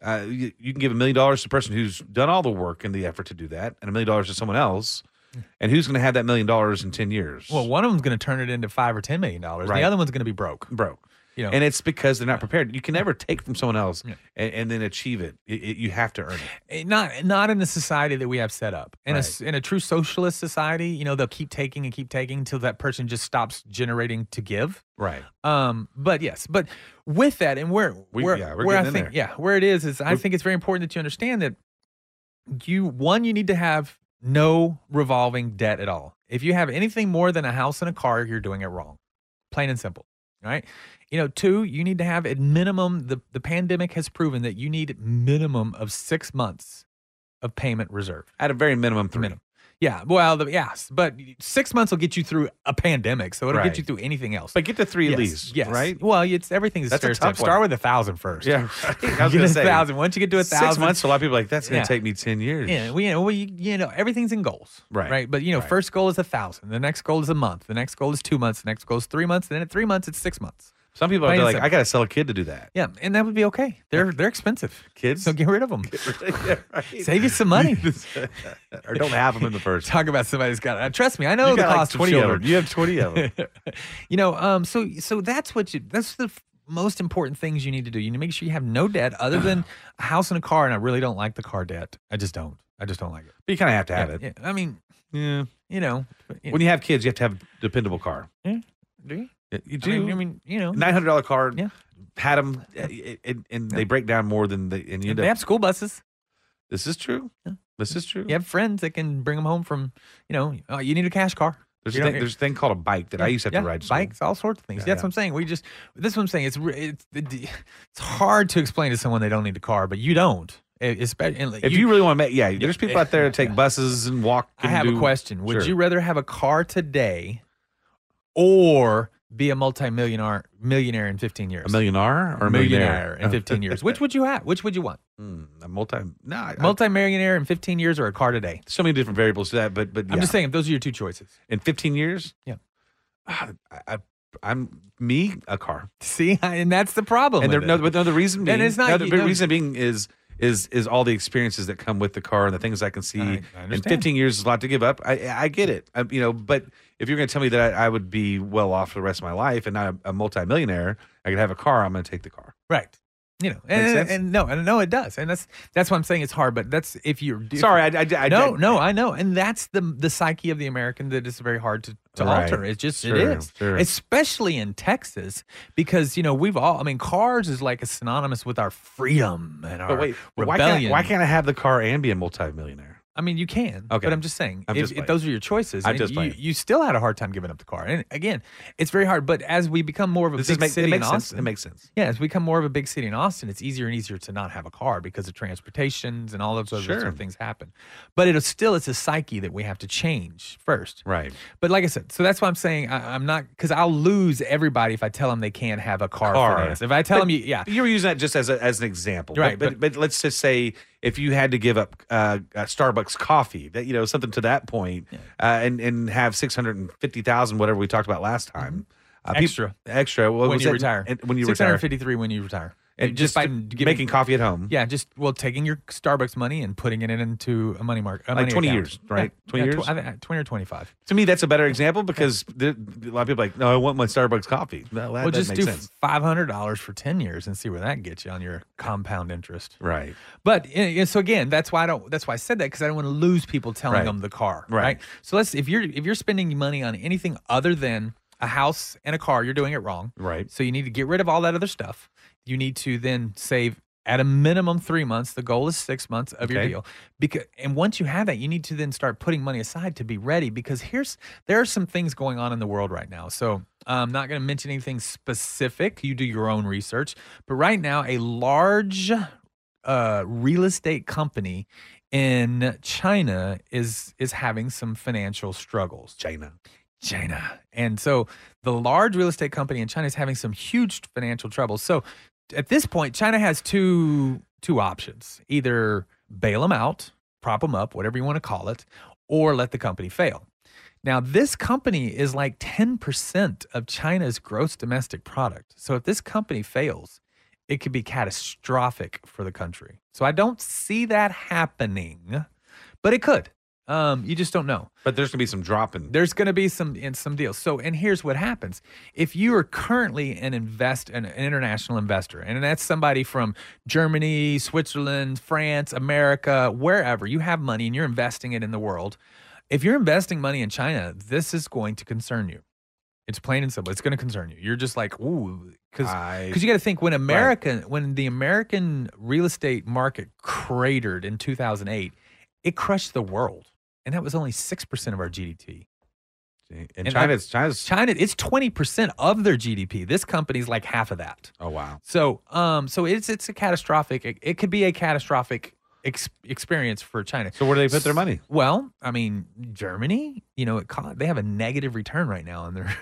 Speaker 2: uh, you, you can give a million dollars to the person who's done all the work and the effort to do that, and a million dollars to someone else. And who's gonna have that million dollars in ten years?
Speaker 1: Well, one of them's going to turn it into 5 or 10 million dollars.
Speaker 2: Right.
Speaker 1: The other one's going to be broke.
Speaker 2: Broke.
Speaker 1: You know.
Speaker 2: and it's because they're not prepared. You can never take from someone else and, and then achieve it. It- it. You have to earn it.
Speaker 1: Eh, not not in the society that we have set up. In a s- in a true socialist society, you know, they'll keep taking and keep taking until that person just stops generating to give.
Speaker 2: Right.
Speaker 1: Um, but yes, but with that, and where
Speaker 2: We-
Speaker 1: where
Speaker 2: yeah, we're
Speaker 1: where I
Speaker 2: getting in
Speaker 1: think
Speaker 2: there.
Speaker 1: yeah where it is is I
Speaker 2: We're-
Speaker 1: think it's very important that you understand that you one you need to have no revolving debt at all. If you have anything more than a house and a car, you're doing it wrong, plain and simple. Right? You know, two, you need to have at minimum the the pandemic has proven that you need minimum of six months of payment reserve.
Speaker 2: At a very minimum, three.
Speaker 1: Yeah, well, the, yes, but six months will get you through a pandemic, so it'll
Speaker 2: Right.
Speaker 1: get you through anything else.
Speaker 2: But get to three
Speaker 1: Yes,
Speaker 2: at least.
Speaker 1: yes.
Speaker 2: Right.
Speaker 1: Well, it's everything's a
Speaker 2: That's a
Speaker 1: stair
Speaker 2: tough
Speaker 1: step. Start
Speaker 2: one.
Speaker 1: with a thousand first.
Speaker 2: Yeah, right. I was
Speaker 1: Get
Speaker 2: gonna
Speaker 1: a
Speaker 2: say
Speaker 1: thousand. Once you get to a
Speaker 2: six
Speaker 1: thousand-
Speaker 2: months, a lot of people are like that's gonna
Speaker 1: Yeah.
Speaker 2: take me ten years.
Speaker 1: Yeah, we, you know, we, you know, everything's in goals,
Speaker 2: Right.
Speaker 1: Right, but you know, first goal is a thousand. The next goal is a month. The next goal is two months. The next goal is three months. And then at three months, it's six months.
Speaker 2: Some people are
Speaker 1: Plain and
Speaker 2: like,
Speaker 1: simple.
Speaker 2: I gotta sell a kid to do that.
Speaker 1: Yeah, and that would be okay. They're they're expensive.
Speaker 2: Kids,
Speaker 1: so get rid of them. Save you some money.
Speaker 2: or don't have them in the first.
Speaker 1: Talk about somebody's got. Uh, trust me, I know
Speaker 2: You
Speaker 1: the
Speaker 2: got, like,
Speaker 1: cost.
Speaker 2: 20
Speaker 1: of
Speaker 2: of
Speaker 1: children.
Speaker 2: them. You have 20 of them.
Speaker 1: you know, um, so so that's what you. That's the f- most important things you need to do. You need to make sure you have no debt other than a house and a car. And I really don't like the car debt. I just don't. I just don't like it.
Speaker 2: But you kind of have to have
Speaker 1: Yeah,
Speaker 2: it.
Speaker 1: yeah. I mean,
Speaker 2: yeah.
Speaker 1: You know, but,
Speaker 2: When you have kids, you have to have a dependable car.
Speaker 1: do you?
Speaker 2: You
Speaker 1: I
Speaker 2: do.
Speaker 1: mean, I mean, you know,
Speaker 2: nine hundred dollar car. Yeah. Had them, and, and they break down more than they. And you end
Speaker 1: they
Speaker 2: up-
Speaker 1: have school buses.
Speaker 2: This is true. This is true.
Speaker 1: You have friends that can bring them home from. You know, oh, you need a cash car.
Speaker 2: There's
Speaker 1: You
Speaker 2: a
Speaker 1: know,
Speaker 2: thing, there's a thing called a bike that I
Speaker 1: Yeah,
Speaker 2: used to have
Speaker 1: yeah,
Speaker 2: to ride. to school.
Speaker 1: bikes, all sorts of things.
Speaker 2: Yeah,
Speaker 1: That's
Speaker 2: yeah.
Speaker 1: what I'm saying. We just this is what I'm saying. It's re- it's it's hard to explain to someone they don't need a car, but you don't. E, Especially
Speaker 2: If you, really want to make, yeah, there's people out there that take buses and walk.
Speaker 1: I
Speaker 2: and
Speaker 1: have a
Speaker 2: do-
Speaker 1: question. Would
Speaker 2: Sure.
Speaker 1: you rather have a car today or be a multimillionaire millionaire in 15 years?
Speaker 2: a millionaire or a millionaire Oh. Mm,
Speaker 1: millionaire in 15 years. Which would you have? Which would you want?
Speaker 2: a multi no I-
Speaker 1: multimillionaire in 15 years or a car today?
Speaker 2: so many different variables to that, but but
Speaker 1: I'm
Speaker 2: yeah.
Speaker 1: just saying those are your two choices.
Speaker 2: in 15 years,
Speaker 1: Yeah.
Speaker 2: I, I I'm me a car.
Speaker 1: See, and that's the problem.
Speaker 2: And there,
Speaker 1: with
Speaker 2: no,
Speaker 1: it.
Speaker 2: but no, the reason being,
Speaker 1: And it's not-
Speaker 2: no, the
Speaker 1: you
Speaker 2: big
Speaker 1: know-
Speaker 2: reason being is is is all the experiences that come with the car and the things I can see. and
Speaker 1: understand.
Speaker 2: 15 years is a lot to give up. I I get it. I, you know, but if you're going to tell me that I, I would be well off for the rest of my life and not a, a multimillionaire, I could have a car. I'm going to take the car.
Speaker 1: Right. You know,
Speaker 2: Makes
Speaker 1: and,
Speaker 2: sense?
Speaker 1: and no, and no, it does, and that's that's what I'm saying. It's hard, but that's if you're if-
Speaker 2: Sorry, I- I- I-
Speaker 1: no,
Speaker 2: I-
Speaker 1: no, I know, and that's the the psyche of the American that is very hard to, to
Speaker 2: Right.
Speaker 1: alter. It's just it
Speaker 2: Sure,
Speaker 1: is,
Speaker 2: sure.
Speaker 1: especially in Texas, because you know we've all. I mean, cars is like a synonymous with our freedom and our
Speaker 2: But wait, why can't,
Speaker 1: rebellion.
Speaker 2: why can't I have the car and be a multimillionaire?
Speaker 1: I mean, you can.
Speaker 2: Okay.
Speaker 1: But I'm just saying,
Speaker 2: I'm
Speaker 1: if,
Speaker 2: just
Speaker 1: if
Speaker 2: playing.
Speaker 1: those are your choices,
Speaker 2: I'm
Speaker 1: and
Speaker 2: just
Speaker 1: you,
Speaker 2: playing.
Speaker 1: you still had a hard time giving up the car. And again, it's very hard. But as we become more of a
Speaker 2: This is
Speaker 1: big
Speaker 2: make- it
Speaker 1: city
Speaker 2: makes
Speaker 1: in
Speaker 2: sense.
Speaker 1: Austin,
Speaker 2: It makes sense.
Speaker 1: Yeah, as we become more of a big city in Austin, it's easier and easier to not have a car because of transportations and all those other sort
Speaker 2: Sure.
Speaker 1: of things happen. But it'll still, it's a psyche that we have to change first.
Speaker 2: Right.
Speaker 1: But like I said, so that's why I'm saying I, I'm not because I'll lose everybody if I tell them they can't have a car, finance. If I tell
Speaker 2: But
Speaker 1: them, you, yeah,
Speaker 2: Uh, you were using that just as a, as an example, But-
Speaker 1: Right,
Speaker 2: But, but let's just say if you had to give up uh, uh, Starbucks coffee, that you know something to that point, uh, and and have six hundred and fifty thousand, whatever we talked about last time, uh, peop-
Speaker 1: Mm-hmm. Extra.
Speaker 2: extra what
Speaker 1: when
Speaker 2: was
Speaker 1: you
Speaker 2: it?
Speaker 1: retire,
Speaker 2: And when you retire,
Speaker 1: 653 when you retire,
Speaker 2: and just,
Speaker 1: by
Speaker 2: to-
Speaker 1: giving-
Speaker 2: making coffee at home.
Speaker 1: Yeah, just well, taking your Starbucks money and putting it into a money market, a
Speaker 2: Like
Speaker 1: money
Speaker 2: 20
Speaker 1: account.
Speaker 2: years, right?
Speaker 1: Yeah,
Speaker 2: 20
Speaker 1: yeah,
Speaker 2: years?
Speaker 1: I think, uh, twenty or twenty-five.
Speaker 2: To me, that's a better example because there, a lot of people are like, no, I want my Starbucks coffee. No, that,
Speaker 1: well,
Speaker 2: that
Speaker 1: just
Speaker 2: makes
Speaker 1: do
Speaker 2: sense.
Speaker 1: five hundred dollars for ten years and see where that gets you on your compound interest.
Speaker 2: Right.
Speaker 1: But you know, so again, that's why I don't. That's why I said that because I don't want to lose people telling
Speaker 2: Right.
Speaker 1: them the car.
Speaker 2: Right.
Speaker 1: Right. So let's if you're if you're spending money on anything other than a house and a car, you're doing it wrong.
Speaker 2: Right.
Speaker 1: So you need to get rid of all that other stuff. You need to then save at a minimum three months. The goal is six months of your
Speaker 2: Okay.
Speaker 1: deal. Because and once you have that, you need to then start putting money aside to be ready. Because here's there are some things going on in the world right now. So I'm not going to mention anything specific. You do your own research. But right now, a large uh, real estate company in China is is having some financial struggles.
Speaker 2: China.
Speaker 1: China. And so the large real estate company in China is having some huge financial troubles. So at this point, China has two two options: either bail them out, prop them up, whatever you want to call it, or let the company fail. Now, this company is like 10% of China's gross domestic product. So if this company fails, it could be catastrophic for the country. So I don't see that happening, but it could. Um, you just don't know.
Speaker 2: But there's gonna be some dropping.
Speaker 1: There's gonna be some in some deals. So and here's what happens: if you are currently an invest an, an international investor, and that's somebody from Germany, Switzerland, France, America, wherever you have money and you're investing it in the world, if you're investing money in China, this is going to concern you. It's plain and simple. It's going to concern you. You're just like, ooh, because
Speaker 2: I-
Speaker 1: you got to think when American when the American real estate market cratered in 2008, it crushed the world, and that was only six percent of our GDP.
Speaker 2: And,
Speaker 1: I-
Speaker 2: China's China's
Speaker 1: China, it's 20% of their GDP. This company's like half of that.
Speaker 2: Oh wow.
Speaker 1: So, um, so it's it's a catastrophic. It, it could be a catastrophic ex- experience for China.
Speaker 2: So where do they put their money?
Speaker 1: Well, I mean, Germany. You know, it co- they have a negative return right now, and they're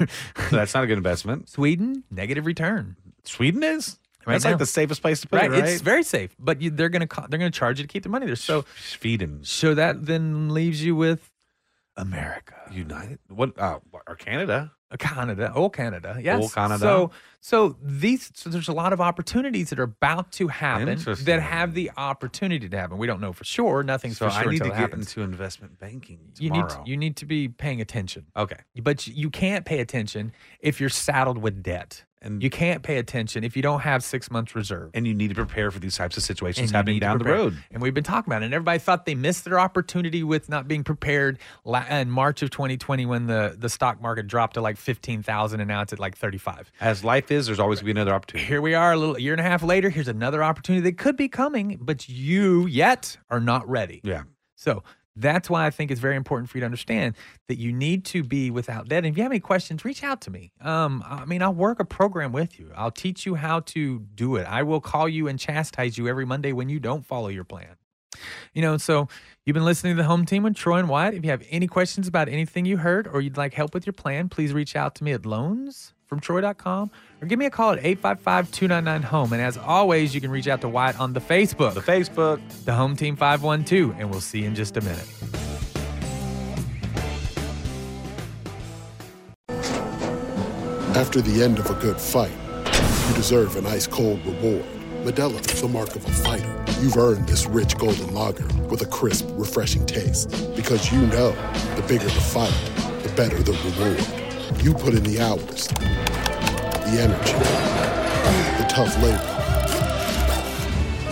Speaker 2: So that's not a good investment.
Speaker 1: Sweden negative return.
Speaker 2: Sweden is.
Speaker 1: Right
Speaker 2: that's
Speaker 1: now.
Speaker 2: like the safest place to put it. Right.
Speaker 1: It's very safe, but you, they're gonna co- they're gonna charge you to keep the money there. So
Speaker 2: Sweden.
Speaker 1: so that then leaves you with America,
Speaker 2: United. What? Uh, or Canada?
Speaker 1: Canada, oh Canada, yes,
Speaker 2: Oh, Canada.
Speaker 1: So so these so there's a lot of opportunities that are about to happen that have the opportunity to happen. We don't know for sure. Nothing's
Speaker 2: So
Speaker 1: for sure
Speaker 2: I need
Speaker 1: until
Speaker 2: to
Speaker 1: it
Speaker 2: get
Speaker 1: happens.
Speaker 2: into investment banking
Speaker 1: you need
Speaker 2: tomorrow.
Speaker 1: to, you need to be paying attention.
Speaker 2: okay.
Speaker 1: But you- you can't pay attention if you're saddled with debt. And you can't pay attention if you don't have six months reserve.
Speaker 2: And you need to prepare for these types of situations
Speaker 1: And you
Speaker 2: happening
Speaker 1: need to
Speaker 2: down the
Speaker 1: prepare.
Speaker 2: road.
Speaker 1: And we've been talking about it. And everybody thought they missed their opportunity with not being prepared la- in March of 2020 when the, the stock market dropped to like 15,000 and now it's at like 35.
Speaker 2: As life is, there's always going to be another opportunity.
Speaker 1: Here we are a little a year and a half later. Here's another opportunity that could be coming, but you yet are not ready.
Speaker 2: Yeah.
Speaker 1: So that's why I think it's very important for you to understand that you need to be without debt. And if you have any questions, reach out to me. Um, I mean, I'll work a program with you. I'll teach you how to do it. I will call you and chastise you every Monday when you don't follow your plan. You know, so you've been listening to the home team with Troy and Wyatt. If you have any questions about anything you heard or you'd like help with your plan, please reach out to me at loansfromtroy.com or give me a call at 855 299 home. E. And as always, you can reach out to Wyatt on the Facebook. The
Speaker 2: Facebook.
Speaker 1: The Home Team 512. And we'll see you in just a minute.
Speaker 8: After the end of a good fight, you deserve an ice cold reward. Medella is the mark of a fighter. You've earned this rich golden lager with a crisp, refreshing taste. Because you know the bigger the fight, the better the reward. You put in the hours, the energy, the tough labor.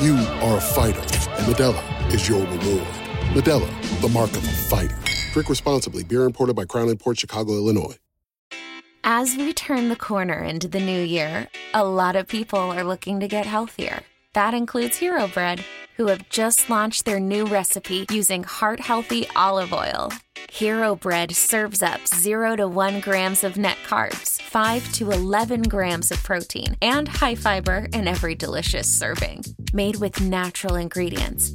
Speaker 8: You are a fighter, and Medella is your reward. Medella, the mark of a fighter. Drink responsibly. Beer imported by Crown Port Chicago, Illinois.
Speaker 9: As we turn the corner into the new year, a lot of people are looking to get healthier. That includes Hero Bread, who have just launched their new recipe using heart healthy olive oil. Hero Bread serves up 0 to 1 grams of net carbs, 5 to 11 grams of protein, and high fiber in every delicious serving. Made with natural ingredients,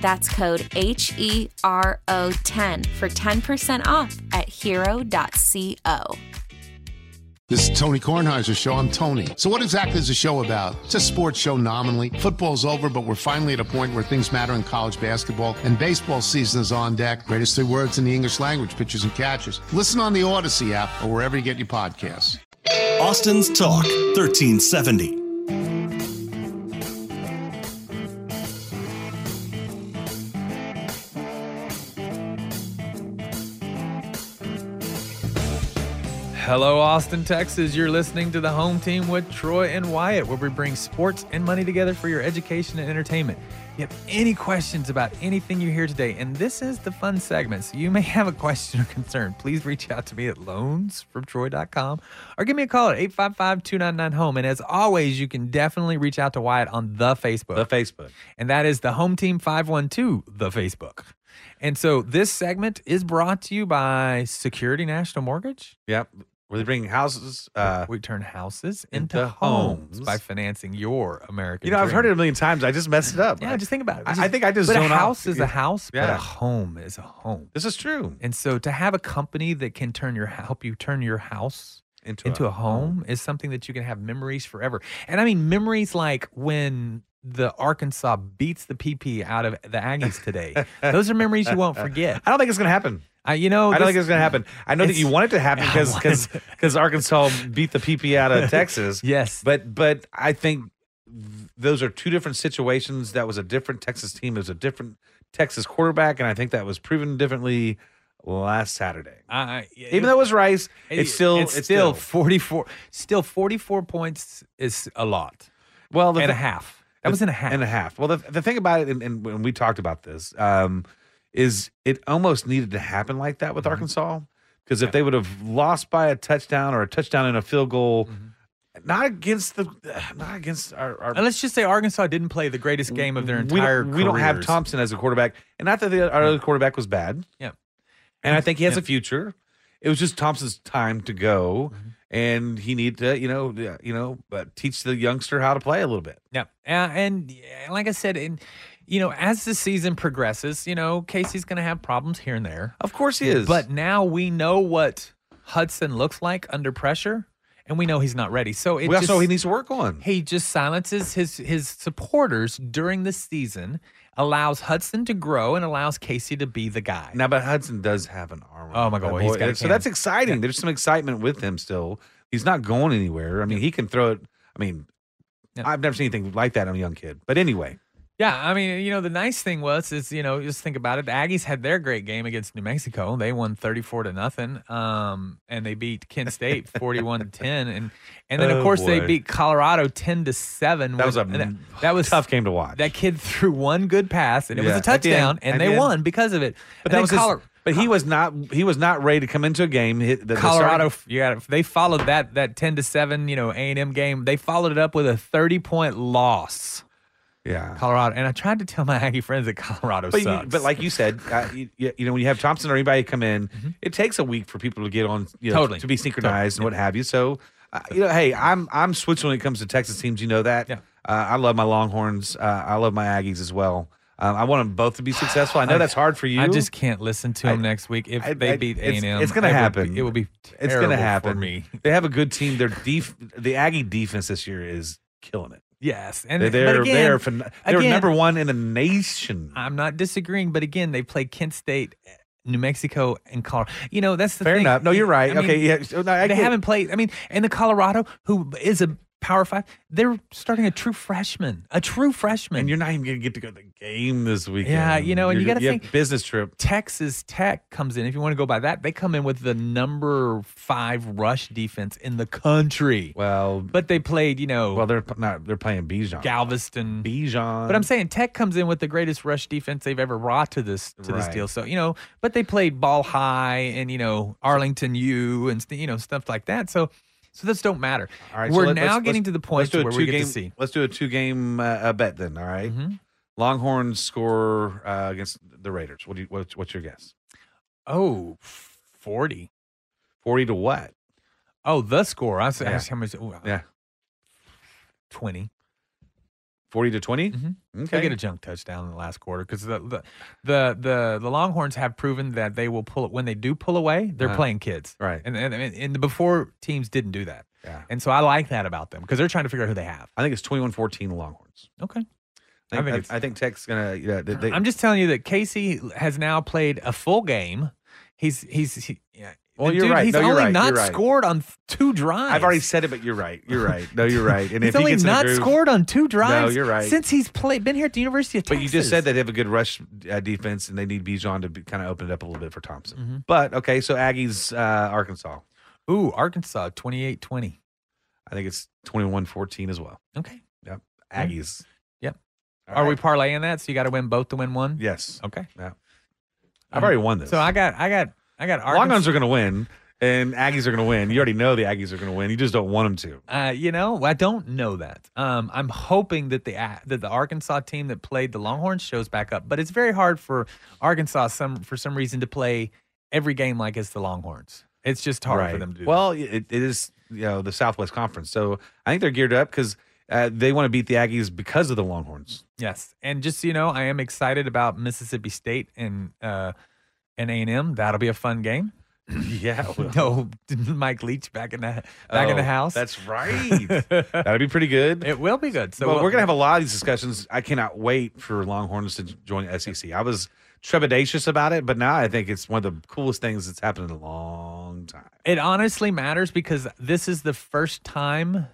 Speaker 9: That's code H E R O 10 for 10% off at hero.co.
Speaker 10: This is Tony Kornheiser's show. I'm Tony. So, what exactly is the show about? It's a sports show nominally. Football's over, but we're finally at a point where things matter in college basketball, and baseball season is on deck. Greatest three words in the English language pitchers and catchers. Listen on the Odyssey app or wherever you get your podcasts.
Speaker 3: Austin's Talk 1370.
Speaker 1: Hello, Austin, Texas. You're listening to the home team with Troy and Wyatt, where we bring sports and money together for your education and entertainment. If you have any questions about anything you hear today, and this is the fun segment, so you may have a question or concern, please reach out to me at loansfromtroy.com or give me a call at 855 299 Home. E. And as always, you can definitely reach out to Wyatt on the Facebook. The
Speaker 2: Facebook.
Speaker 1: And that is the home team 512, the Facebook. And so this segment is brought to you by Security National Mortgage.
Speaker 2: Yep. Were they bringing houses? Uh,
Speaker 1: we turn houses into, homes, by financing your American.
Speaker 2: You know, I've
Speaker 1: dream.
Speaker 2: heard it a million times. I just messed it up.
Speaker 1: Yeah, just think about it.
Speaker 2: I, I think I just
Speaker 1: but
Speaker 2: zone
Speaker 1: a
Speaker 2: out.
Speaker 1: house is a house, but
Speaker 2: Yeah.
Speaker 1: a home is a home.
Speaker 2: This is true.
Speaker 1: And so to have a company that can turn your help you turn your house
Speaker 2: Into
Speaker 1: into
Speaker 2: a
Speaker 1: a home, is something that you can have memories forever. And I mean memories like when the Arkansas beats the PP out of the Aggies today. Those are memories you won't forget.
Speaker 2: I don't think it's going to happen.
Speaker 1: I, you know,
Speaker 2: I don't
Speaker 1: Oh, this-
Speaker 2: think it's going to happen. I know that
Speaker 1: it's-
Speaker 2: you want it to happen
Speaker 1: I
Speaker 2: because
Speaker 1: want
Speaker 2: because because Arkansas beat the PP out of Texas.
Speaker 1: yes,
Speaker 2: but but I think th- those are two different situations. That was a different Texas team. It was a different Texas quarterback, and I think that was proven differently last Saturday.
Speaker 1: I,
Speaker 2: Even though it was Rice, it's still
Speaker 1: it's, still, 44 still 44 points is a lot
Speaker 2: well
Speaker 1: and a half that was in a half
Speaker 2: and a half. Well, the, the thing about it, and, and when we talked about this, um, is it almost needed to happen like that with Arkansas because if they would have lost by a touchdown or a touchdown and a field goal, not against the, not against our, our
Speaker 1: and let's just say arkansas didn't play the greatest game of their
Speaker 2: we
Speaker 1: entire
Speaker 2: don't, we don't have
Speaker 1: careers.
Speaker 2: Thompson as a quarterback, and not that the, our other quarterback was bad.
Speaker 1: Yeah.
Speaker 2: and I think he has a future. It was just Thompson's time to go, and he need to, you know, yeah, you know, but teach the youngster how to play a little bit.
Speaker 1: Yeah, uh, and yeah, like I said, in you know, as the season progresses, you know, Casey's going to have problems here and there.
Speaker 2: Of course, he is.
Speaker 1: But now we know what Hudson looks like under pressure, and we know he's not ready. So it
Speaker 2: We also
Speaker 1: just-
Speaker 2: know he needs to work on.
Speaker 1: He just silences his his supporters during the season, allows Hudson to grow, and allows Casey to be the guy.
Speaker 2: Now, but Hudson does have an arm.
Speaker 1: Oh my god,
Speaker 2: That
Speaker 1: well, he's
Speaker 2: boy-
Speaker 1: got a
Speaker 2: so that's
Speaker 1: cannon.
Speaker 2: exciting. There's some excitement with him still. He's not going anywhere. I mean, he can throw it. I mean, I've never seen anything like that on a young kid. But anyway,
Speaker 1: Yeah, I mean, you know, the nice thing was is you know just think about it. The Aggies had their great game against New Mexico. They won thirty four to nothing, um, and they beat Kent State forty one to ten, and and then of
Speaker 2: Oh,
Speaker 1: course they
Speaker 2: boy.
Speaker 1: beat Colorado ten to seven.
Speaker 2: That was a
Speaker 1: that, that was
Speaker 2: tough game to watch.
Speaker 1: That kid threw one good pass, and it
Speaker 2: Yeah,
Speaker 1: was a
Speaker 2: at the end-
Speaker 1: touchdown,
Speaker 2: at
Speaker 1: and they
Speaker 2: the end.
Speaker 1: won because of it.
Speaker 2: but
Speaker 1: And
Speaker 2: that
Speaker 1: then
Speaker 2: was his-
Speaker 1: Color-
Speaker 2: But he was not. He was not ready to come into a game. He- the- the
Speaker 1: Colorado,
Speaker 2: starting-
Speaker 1: you got they followed that that ten to seven, you know, A and M game. They followed it up with a thirty point loss.
Speaker 2: Yeah,
Speaker 1: Colorado. And I tried to tell my Aggie friends that Colorado
Speaker 2: but,
Speaker 1: sucks.
Speaker 2: you, but like you said, uh, you, you know, when you have Thompson or anybody come in, it takes a week for people to get on, you know,
Speaker 1: Mm-hmm. Totally.
Speaker 2: to be synchronized and what have you. So Uh, you know, hey, I'm I'm switching when it comes to Texas teams. You know that. Yeah. Uh, I love my Longhorns. Uh, I love my Aggies as well. Um, I want them both to be successful. I know that's hard for you.
Speaker 1: I just can't listen to them next week if they beat
Speaker 2: it's-
Speaker 1: A&M.
Speaker 2: It's going to
Speaker 1: it would
Speaker 2: happen.
Speaker 1: be- it will be.
Speaker 2: It's
Speaker 1: terrible
Speaker 2: going
Speaker 1: for
Speaker 2: to happen.
Speaker 1: me.
Speaker 2: They have a good team. Their def- the Aggie defense this year is killing it.
Speaker 1: Yes,
Speaker 2: And
Speaker 1: and
Speaker 2: they're
Speaker 1: but
Speaker 2: they're,
Speaker 1: again,
Speaker 2: they're, phen- they're
Speaker 1: again,
Speaker 2: number one in the nation.
Speaker 1: I'm not disagreeing, but again, they play Kent State, eh, New Mexico, and Colorado. You know, that's the
Speaker 2: Fair
Speaker 1: thing.
Speaker 2: enough. No, you're right.
Speaker 1: I mean,
Speaker 2: Okay, yeah. So, no, I
Speaker 1: they
Speaker 2: get it.
Speaker 1: haven't played. I mean, and the Colorado, who is a Power Five, they're starting a true freshman, a true freshman. And
Speaker 2: you're not even going to get to go to the game this weekend.
Speaker 1: Yeah, you know, and you
Speaker 2: You're-
Speaker 1: got to
Speaker 2: have
Speaker 1: think
Speaker 2: business trip.
Speaker 1: Texas Tech comes in. If you want to go by that, they come in with the number five rush defense in the country.
Speaker 2: Well,
Speaker 1: but they played, you know.
Speaker 2: Well, they're p- not. They're playing Bijan,
Speaker 1: Galveston,
Speaker 2: Bijan.
Speaker 1: But I'm saying Tech comes in with the greatest rush defense they've ever brought to this to this
Speaker 2: Right.
Speaker 1: deal. So you know, but they played ball high and you know Arlington U and st- you know stuff like that. So so those don't matter.
Speaker 2: All right, so
Speaker 1: we're
Speaker 2: let- let's-
Speaker 1: now
Speaker 2: let's-
Speaker 1: getting to the point
Speaker 2: let's do a
Speaker 1: where we get
Speaker 2: two-game-
Speaker 1: to see. Mm-hmm.
Speaker 2: Let's do a two game uh, uh, bet then. All right? Longhorns score uh, against the Raiders. What do you? What's, what's your guess?
Speaker 1: Oh, 40.
Speaker 2: 40 to what?
Speaker 1: Oh, the score. I was
Speaker 2: Yeah.
Speaker 1: asked how much. ooh,
Speaker 2: Yeah,
Speaker 1: twenty.
Speaker 2: forty to 20
Speaker 1: Mm-hmm. They
Speaker 2: Okay.
Speaker 1: get a junk touchdown in the last quarter because the, the the the the Longhorns have proven that they will pull it when they do pull away. They're
Speaker 2: Uh-huh.
Speaker 1: playing kids,
Speaker 2: Right.
Speaker 1: And and, and and before teams didn't do that.
Speaker 2: Yeah.
Speaker 1: And so I like that about them because they're trying to figure out who they have.
Speaker 2: I think it's 21-14 Longhorns.
Speaker 1: Okay.
Speaker 2: I
Speaker 1: I
Speaker 2: think, I,
Speaker 1: think it's-
Speaker 2: I think Tech's gonna. Yeah, they, they,
Speaker 1: I'm just telling you that Casey has now played a full game. He's he's he, yeah.
Speaker 2: Well,
Speaker 1: The
Speaker 2: you're
Speaker 1: dude,
Speaker 2: right.
Speaker 1: He's
Speaker 2: No, you're
Speaker 1: only
Speaker 2: right.
Speaker 1: not
Speaker 2: You're right.
Speaker 1: scored on two drives.
Speaker 2: I've already said it, but you're right. You're right. No, you're right. And
Speaker 1: he's
Speaker 2: if
Speaker 1: only
Speaker 2: he gets in a
Speaker 1: not
Speaker 2: groove-
Speaker 1: scored on two drives.
Speaker 2: you're right.
Speaker 1: Since he's played, been here at the University of
Speaker 2: But you
Speaker 1: Texas.
Speaker 2: just said that they have a good rush uh, defense, and they need Bijan to be, kind of open it up a little bit for Thompson.
Speaker 1: Mm-hmm.
Speaker 2: But okay, so Aggies, uh, Arkansas.
Speaker 1: Ooh, Arkansas 28-20.
Speaker 2: I think it's 21-14 as well.
Speaker 1: Okay.
Speaker 2: Yep. Aggies.
Speaker 1: Yep. Are we parlaying that? So you got to win both to win one.
Speaker 2: Yes.
Speaker 1: Okay.
Speaker 2: Yeah. I've already won this.
Speaker 1: Um, So I got I got I got Arkansas.
Speaker 2: Longhorns are going to win, and Aggies are going to win. You already know the Aggies are going to win. You just don't want them to.
Speaker 1: Uh, you know, I don't know that. Um, I'm hoping that the uh, that the Arkansas team that played the Longhorns shows back up, but it's very hard for Arkansas some for some reason to play every game like it's the Longhorns. It's just hard for them to do.
Speaker 2: Well, it, it is you know the Southwest Conference, so I think they're geared up because uh, they want to beat the Aggies because of the Longhorns.
Speaker 1: that. yes, and just so you know, I am excited about Mississippi State and uh, and A and M. That'll be a fun game.
Speaker 2: Yeah, it will.
Speaker 1: no, Mike Leach back in the back in
Speaker 2: Oh,
Speaker 1: the house.
Speaker 2: That's right. That'd be pretty good.
Speaker 1: It will be good. So
Speaker 2: well,
Speaker 1: we'll-
Speaker 2: we're gonna have a lot of these discussions. I cannot wait for Longhorns to join the SEC. I was trepidatious about it, but now I think it's one of the coolest things that's happened in a long time.
Speaker 1: It honestly matters because this is the first time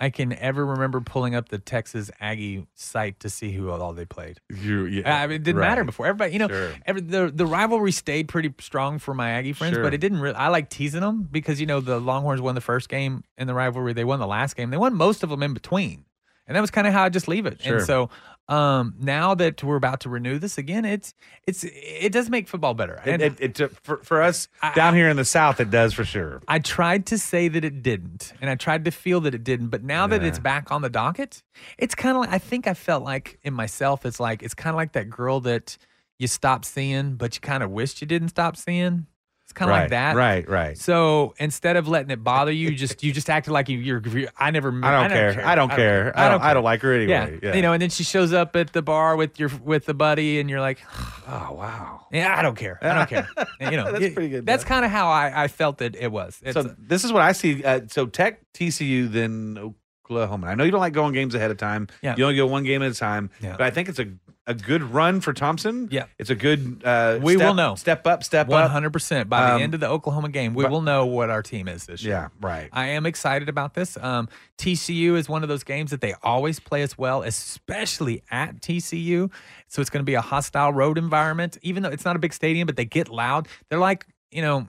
Speaker 1: I can ever remember pulling up the Texas Aggie site to see who all they played.
Speaker 2: You,
Speaker 1: I mean, it didn't matter before. Everybody, you know,
Speaker 2: Sure.
Speaker 1: every, the the rivalry stayed pretty strong for my Aggie friends,
Speaker 2: Sure.
Speaker 1: but it didn't. Really, I like teasing them because you know the Longhorns won the first game in the rivalry. They won the last game. They won most of them in between, and that was kind of how I just leave it.
Speaker 2: Sure.
Speaker 1: And so um, now that we're about to renew this again, it's it's it does make football better.
Speaker 2: It,
Speaker 1: And-
Speaker 2: it, it took- for, for us down here in the South, it does for sure.
Speaker 1: I tried to say that it didn't, and I tried to feel that it didn't. But now that it's
Speaker 2: Yeah.
Speaker 1: back on the docket, it's kind of like I think I felt like in myself, it's like it's kind of like that girl that you stopped seeing, but you kind of wished you didn't stop seeing. It's kind of
Speaker 2: Right,
Speaker 1: like that,
Speaker 2: right, right.
Speaker 1: So instead of letting it bother you, just you just acted like you, you're. you're- I never.
Speaker 2: I don't care. I don't care. I don't- I don't like her anyway.
Speaker 1: Yeah.
Speaker 2: Yeah.
Speaker 1: You know, and then she shows up at the bar with your with the buddy, and you're like,
Speaker 2: Oh wow.
Speaker 1: yeah, I don't care. I don't care. you know,
Speaker 2: That's
Speaker 1: it-
Speaker 2: pretty good,
Speaker 1: That's kind of how I, I felt that it was. It's,
Speaker 2: so this is what I see. Uh, so Tech, TCU, then Oklahoma. I know you don't like going games ahead of time.
Speaker 1: Yeah.
Speaker 2: You only go one game at a time. But I think it's a a good run for Thompson.
Speaker 1: Yeah.
Speaker 2: It's a good. Uh,
Speaker 1: We
Speaker 2: step-
Speaker 1: will know.
Speaker 2: Step up. Step up.
Speaker 1: 100% by the
Speaker 2: Um,
Speaker 1: end of the Oklahoma game, we
Speaker 2: but-
Speaker 1: will know what our team is this year.
Speaker 2: Yeah. Right.
Speaker 1: I am excited about this. Um, TCU is one of those games that they always play as well, especially at TCU. So it's going to be a hostile road environment, even though it's not a big stadium, but they get loud. They're like, you know,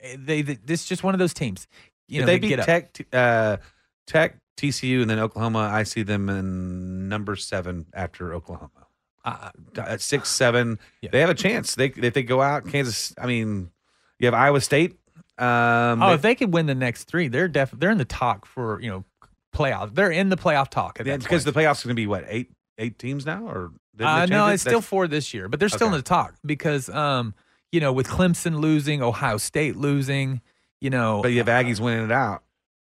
Speaker 1: eh, they, they this is just one of those teams. You know,
Speaker 2: if they,
Speaker 1: get
Speaker 2: beat
Speaker 1: up.
Speaker 2: Tech, t- uh, Tech, TCU, and then Oklahoma, I see them in number seven after Oklahoma.
Speaker 1: Uh,
Speaker 2: At six, seven, they have a chance. They if they go out, Kansas. I mean, you have Iowa State. Um,
Speaker 1: oh, if they could win the next three, they're def they're in the talk for you know playoff. They're in the playoff talk at
Speaker 2: Yeah,
Speaker 1: that point.
Speaker 2: because the playoffs going to be what eight eight teams now, or didn't they
Speaker 1: Uh,
Speaker 2: change
Speaker 1: no,
Speaker 2: it?
Speaker 1: it's still
Speaker 2: That's-
Speaker 1: four this year, but they're still
Speaker 2: Okay.
Speaker 1: in the talk because, um, you know, with Clemson losing, Ohio State losing, you know,
Speaker 2: But you have Aggies winning it out.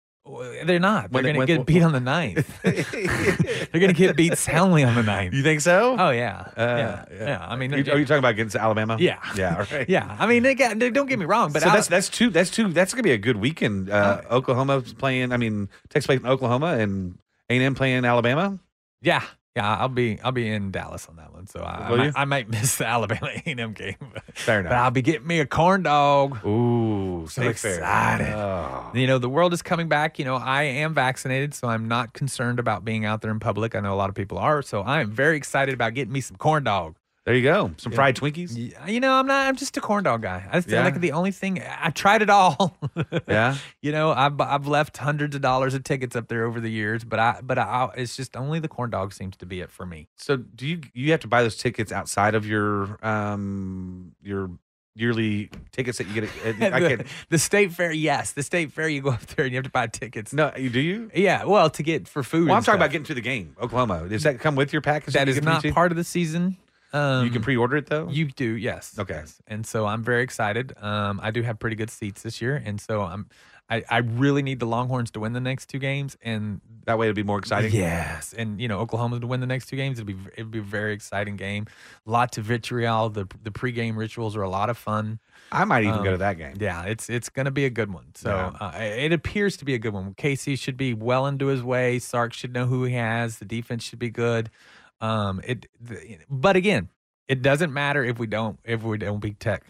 Speaker 1: They're not.
Speaker 2: When they-
Speaker 1: They're going to
Speaker 2: when-
Speaker 1: get beat on the ninth. They're going to get beat soundly on the ninth.
Speaker 2: You think so?
Speaker 1: Oh yeah.
Speaker 2: Uh,
Speaker 1: yeah. yeah. I mean,
Speaker 2: You- are you talking about against Alabama?
Speaker 1: Yeah.
Speaker 2: Yeah. all right.
Speaker 1: yeah. I mean, they got, they- don't get me wrong, but
Speaker 2: so
Speaker 1: Ala-
Speaker 2: that's that's two that's two that's gonna be a good weekend. Uh, Oklahoma's playing. I mean, Texas playing Oklahoma and A and M playing Alabama.
Speaker 1: yeah, yeah. I'll be I'll be in Dallas on that one, so I, I
Speaker 2: Will you?
Speaker 1: might, I might miss the Alabama A&M game.
Speaker 2: Fair enough.
Speaker 1: But I'll be getting me a corn dog.
Speaker 2: Ooh,
Speaker 1: so
Speaker 2: state fair. Oh,
Speaker 1: excited! You know, the world is coming back. You know, I am vaccinated, so I'm not concerned about being out there in public. I know a lot of people are, so I am very excited about getting me some corn dog.
Speaker 2: There you go. Some fried Twinkies.
Speaker 1: You know, I'm not. I'm just a corn dog guy. I feel
Speaker 2: Yeah.
Speaker 1: like the only thing I tried it all.
Speaker 2: Yeah.
Speaker 1: you know, I've I've left hundreds of dollars of tickets up there over the years, but I but I it's just only the corn dog seems to be it for me.
Speaker 2: So do you you have to buy those tickets outside of your um your yearly tickets that you get? At, I
Speaker 1: the,
Speaker 2: can't.
Speaker 1: the state fair, yes, the state fair. You go up there and you have to buy tickets.
Speaker 2: No, you do you?
Speaker 1: Yeah, well, to get for food.
Speaker 2: Well, I'm
Speaker 1: and
Speaker 2: talking about
Speaker 1: stuff.
Speaker 2: getting to the game, Oklahoma. Does that come with your package?
Speaker 1: That is not part of the season. Um,
Speaker 2: you can pre-order it though.
Speaker 1: You do, yes.
Speaker 2: Okay.
Speaker 1: And so I'm very excited. Um, I do have pretty good seats this year, and so I'm. I, I really need the Longhorns to win the next two games, and
Speaker 2: that way it'll be more exciting.
Speaker 1: Yes, and you know Oklahoma to win the next two games, it'd be it'd be a very exciting game. Lots of vitriol. The the pregame rituals are a lot of fun.
Speaker 2: I might even go to that game.
Speaker 1: Um, Yeah, it's it's going to be a good one. So
Speaker 2: Yeah.
Speaker 1: uh, it appears to be a good one. Casey should be well into his way. Sark should know who he has. The defense should be good. Um, it, the, but again, it doesn't matter if we don't if we don't beat Tech.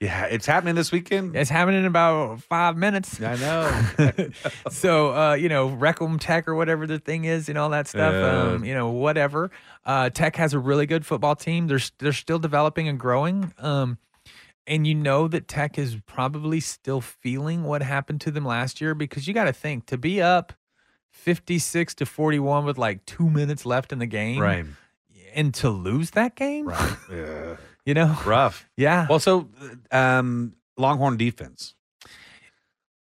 Speaker 2: Yeah, it's happening this weekend.
Speaker 1: It's happening in about five minutes.
Speaker 2: I know.
Speaker 1: so uh, you know, Recum Tech or whatever the thing is, and all that stuff.
Speaker 2: Yeah.
Speaker 1: Um, you know, whatever. Uh, Tech has a really good football team. They're s- they're still developing and growing. Um, and you know that Tech is probably still feeling what happened to them last year because you got to think to be up fifty six to forty one with like two minutes left in the game,
Speaker 2: Right.
Speaker 1: And to lose that game, right?
Speaker 2: Yeah.
Speaker 1: You know,
Speaker 2: rough.
Speaker 1: Yeah.
Speaker 2: Well, so um, Longhorn defense.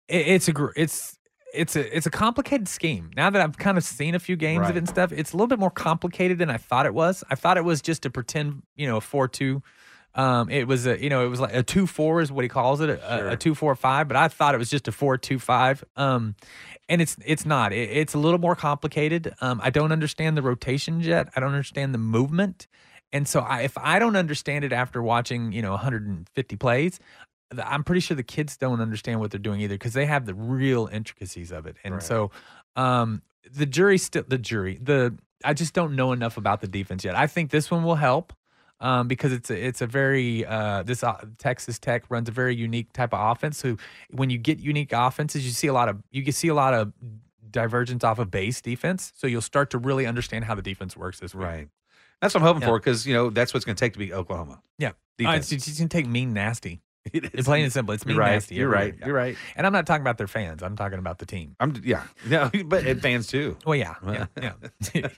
Speaker 1: it, it's a gr- it's it's a it's a complicated scheme. Now that I've kind of seen a few games of
Speaker 2: Right.
Speaker 1: it and stuff, it's a little bit more complicated than I thought it was. I thought it was just a pretend, you know, a four two. Um, it was a you know it was like a two four is what he calls it a, a, a two four five, but I thought it was just a four two five. Um, and it's it's not. It, it's a little more complicated. Um, I don't understand the rotations yet. I don't understand the movement. And so I, if I don't understand it after watching, you know, 150 plays, th- I'm pretty sure the kids don't understand what they're doing either because they have the real intricacies of it. And
Speaker 2: Right.
Speaker 1: so um, the jury still the jury the I just don't know enough about the defense yet. I think this one will help um, because it's a, it's a very uh, this uh, Texas Tech runs a very unique type of offense. So when you get unique offenses, you see a lot of you can see a lot of divergence off of base defense. So you'll start to really understand how the defense works this week.
Speaker 2: Right. That's what I'm hoping
Speaker 1: Yeah.
Speaker 2: for because you know that's what's going to take to beat Oklahoma.
Speaker 1: Yeah. Uh,
Speaker 2: Defense.
Speaker 1: it's, it's gonna take mean nasty.
Speaker 2: It
Speaker 1: It's plain and simple. It's mean
Speaker 2: You're right.
Speaker 1: nasty.
Speaker 2: You're
Speaker 1: everywhere.
Speaker 2: right.
Speaker 1: Yeah.
Speaker 2: You're right.
Speaker 1: And I'm not talking about their fans. I'm talking about the team.
Speaker 2: I'm yeah. No, but and fans too.
Speaker 1: Well, yeah, yeah, yeah.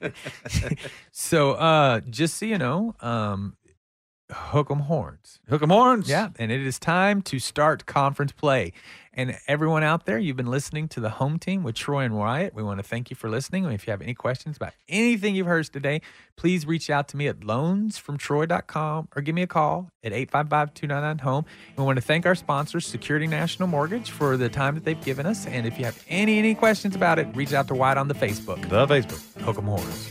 Speaker 1: so, uh, just so you know, um, hook 'em horns.
Speaker 2: Hook 'em horns.
Speaker 1: Yeah, and it is time to start conference play. And everyone out there, you've been listening to the home team with Troy and Wyatt. We want to thank you for listening. And if you have any questions about anything you've heard today, please reach out to me at loansfromtroy.com or give me a call at 855-299-HOME. E. And we want to thank our sponsors, Security National Mortgage, for the time that they've given us. And if you have any any questions about it, reach out to Wyatt on the Facebook.
Speaker 2: The Facebook.
Speaker 1: Hook 'em horns.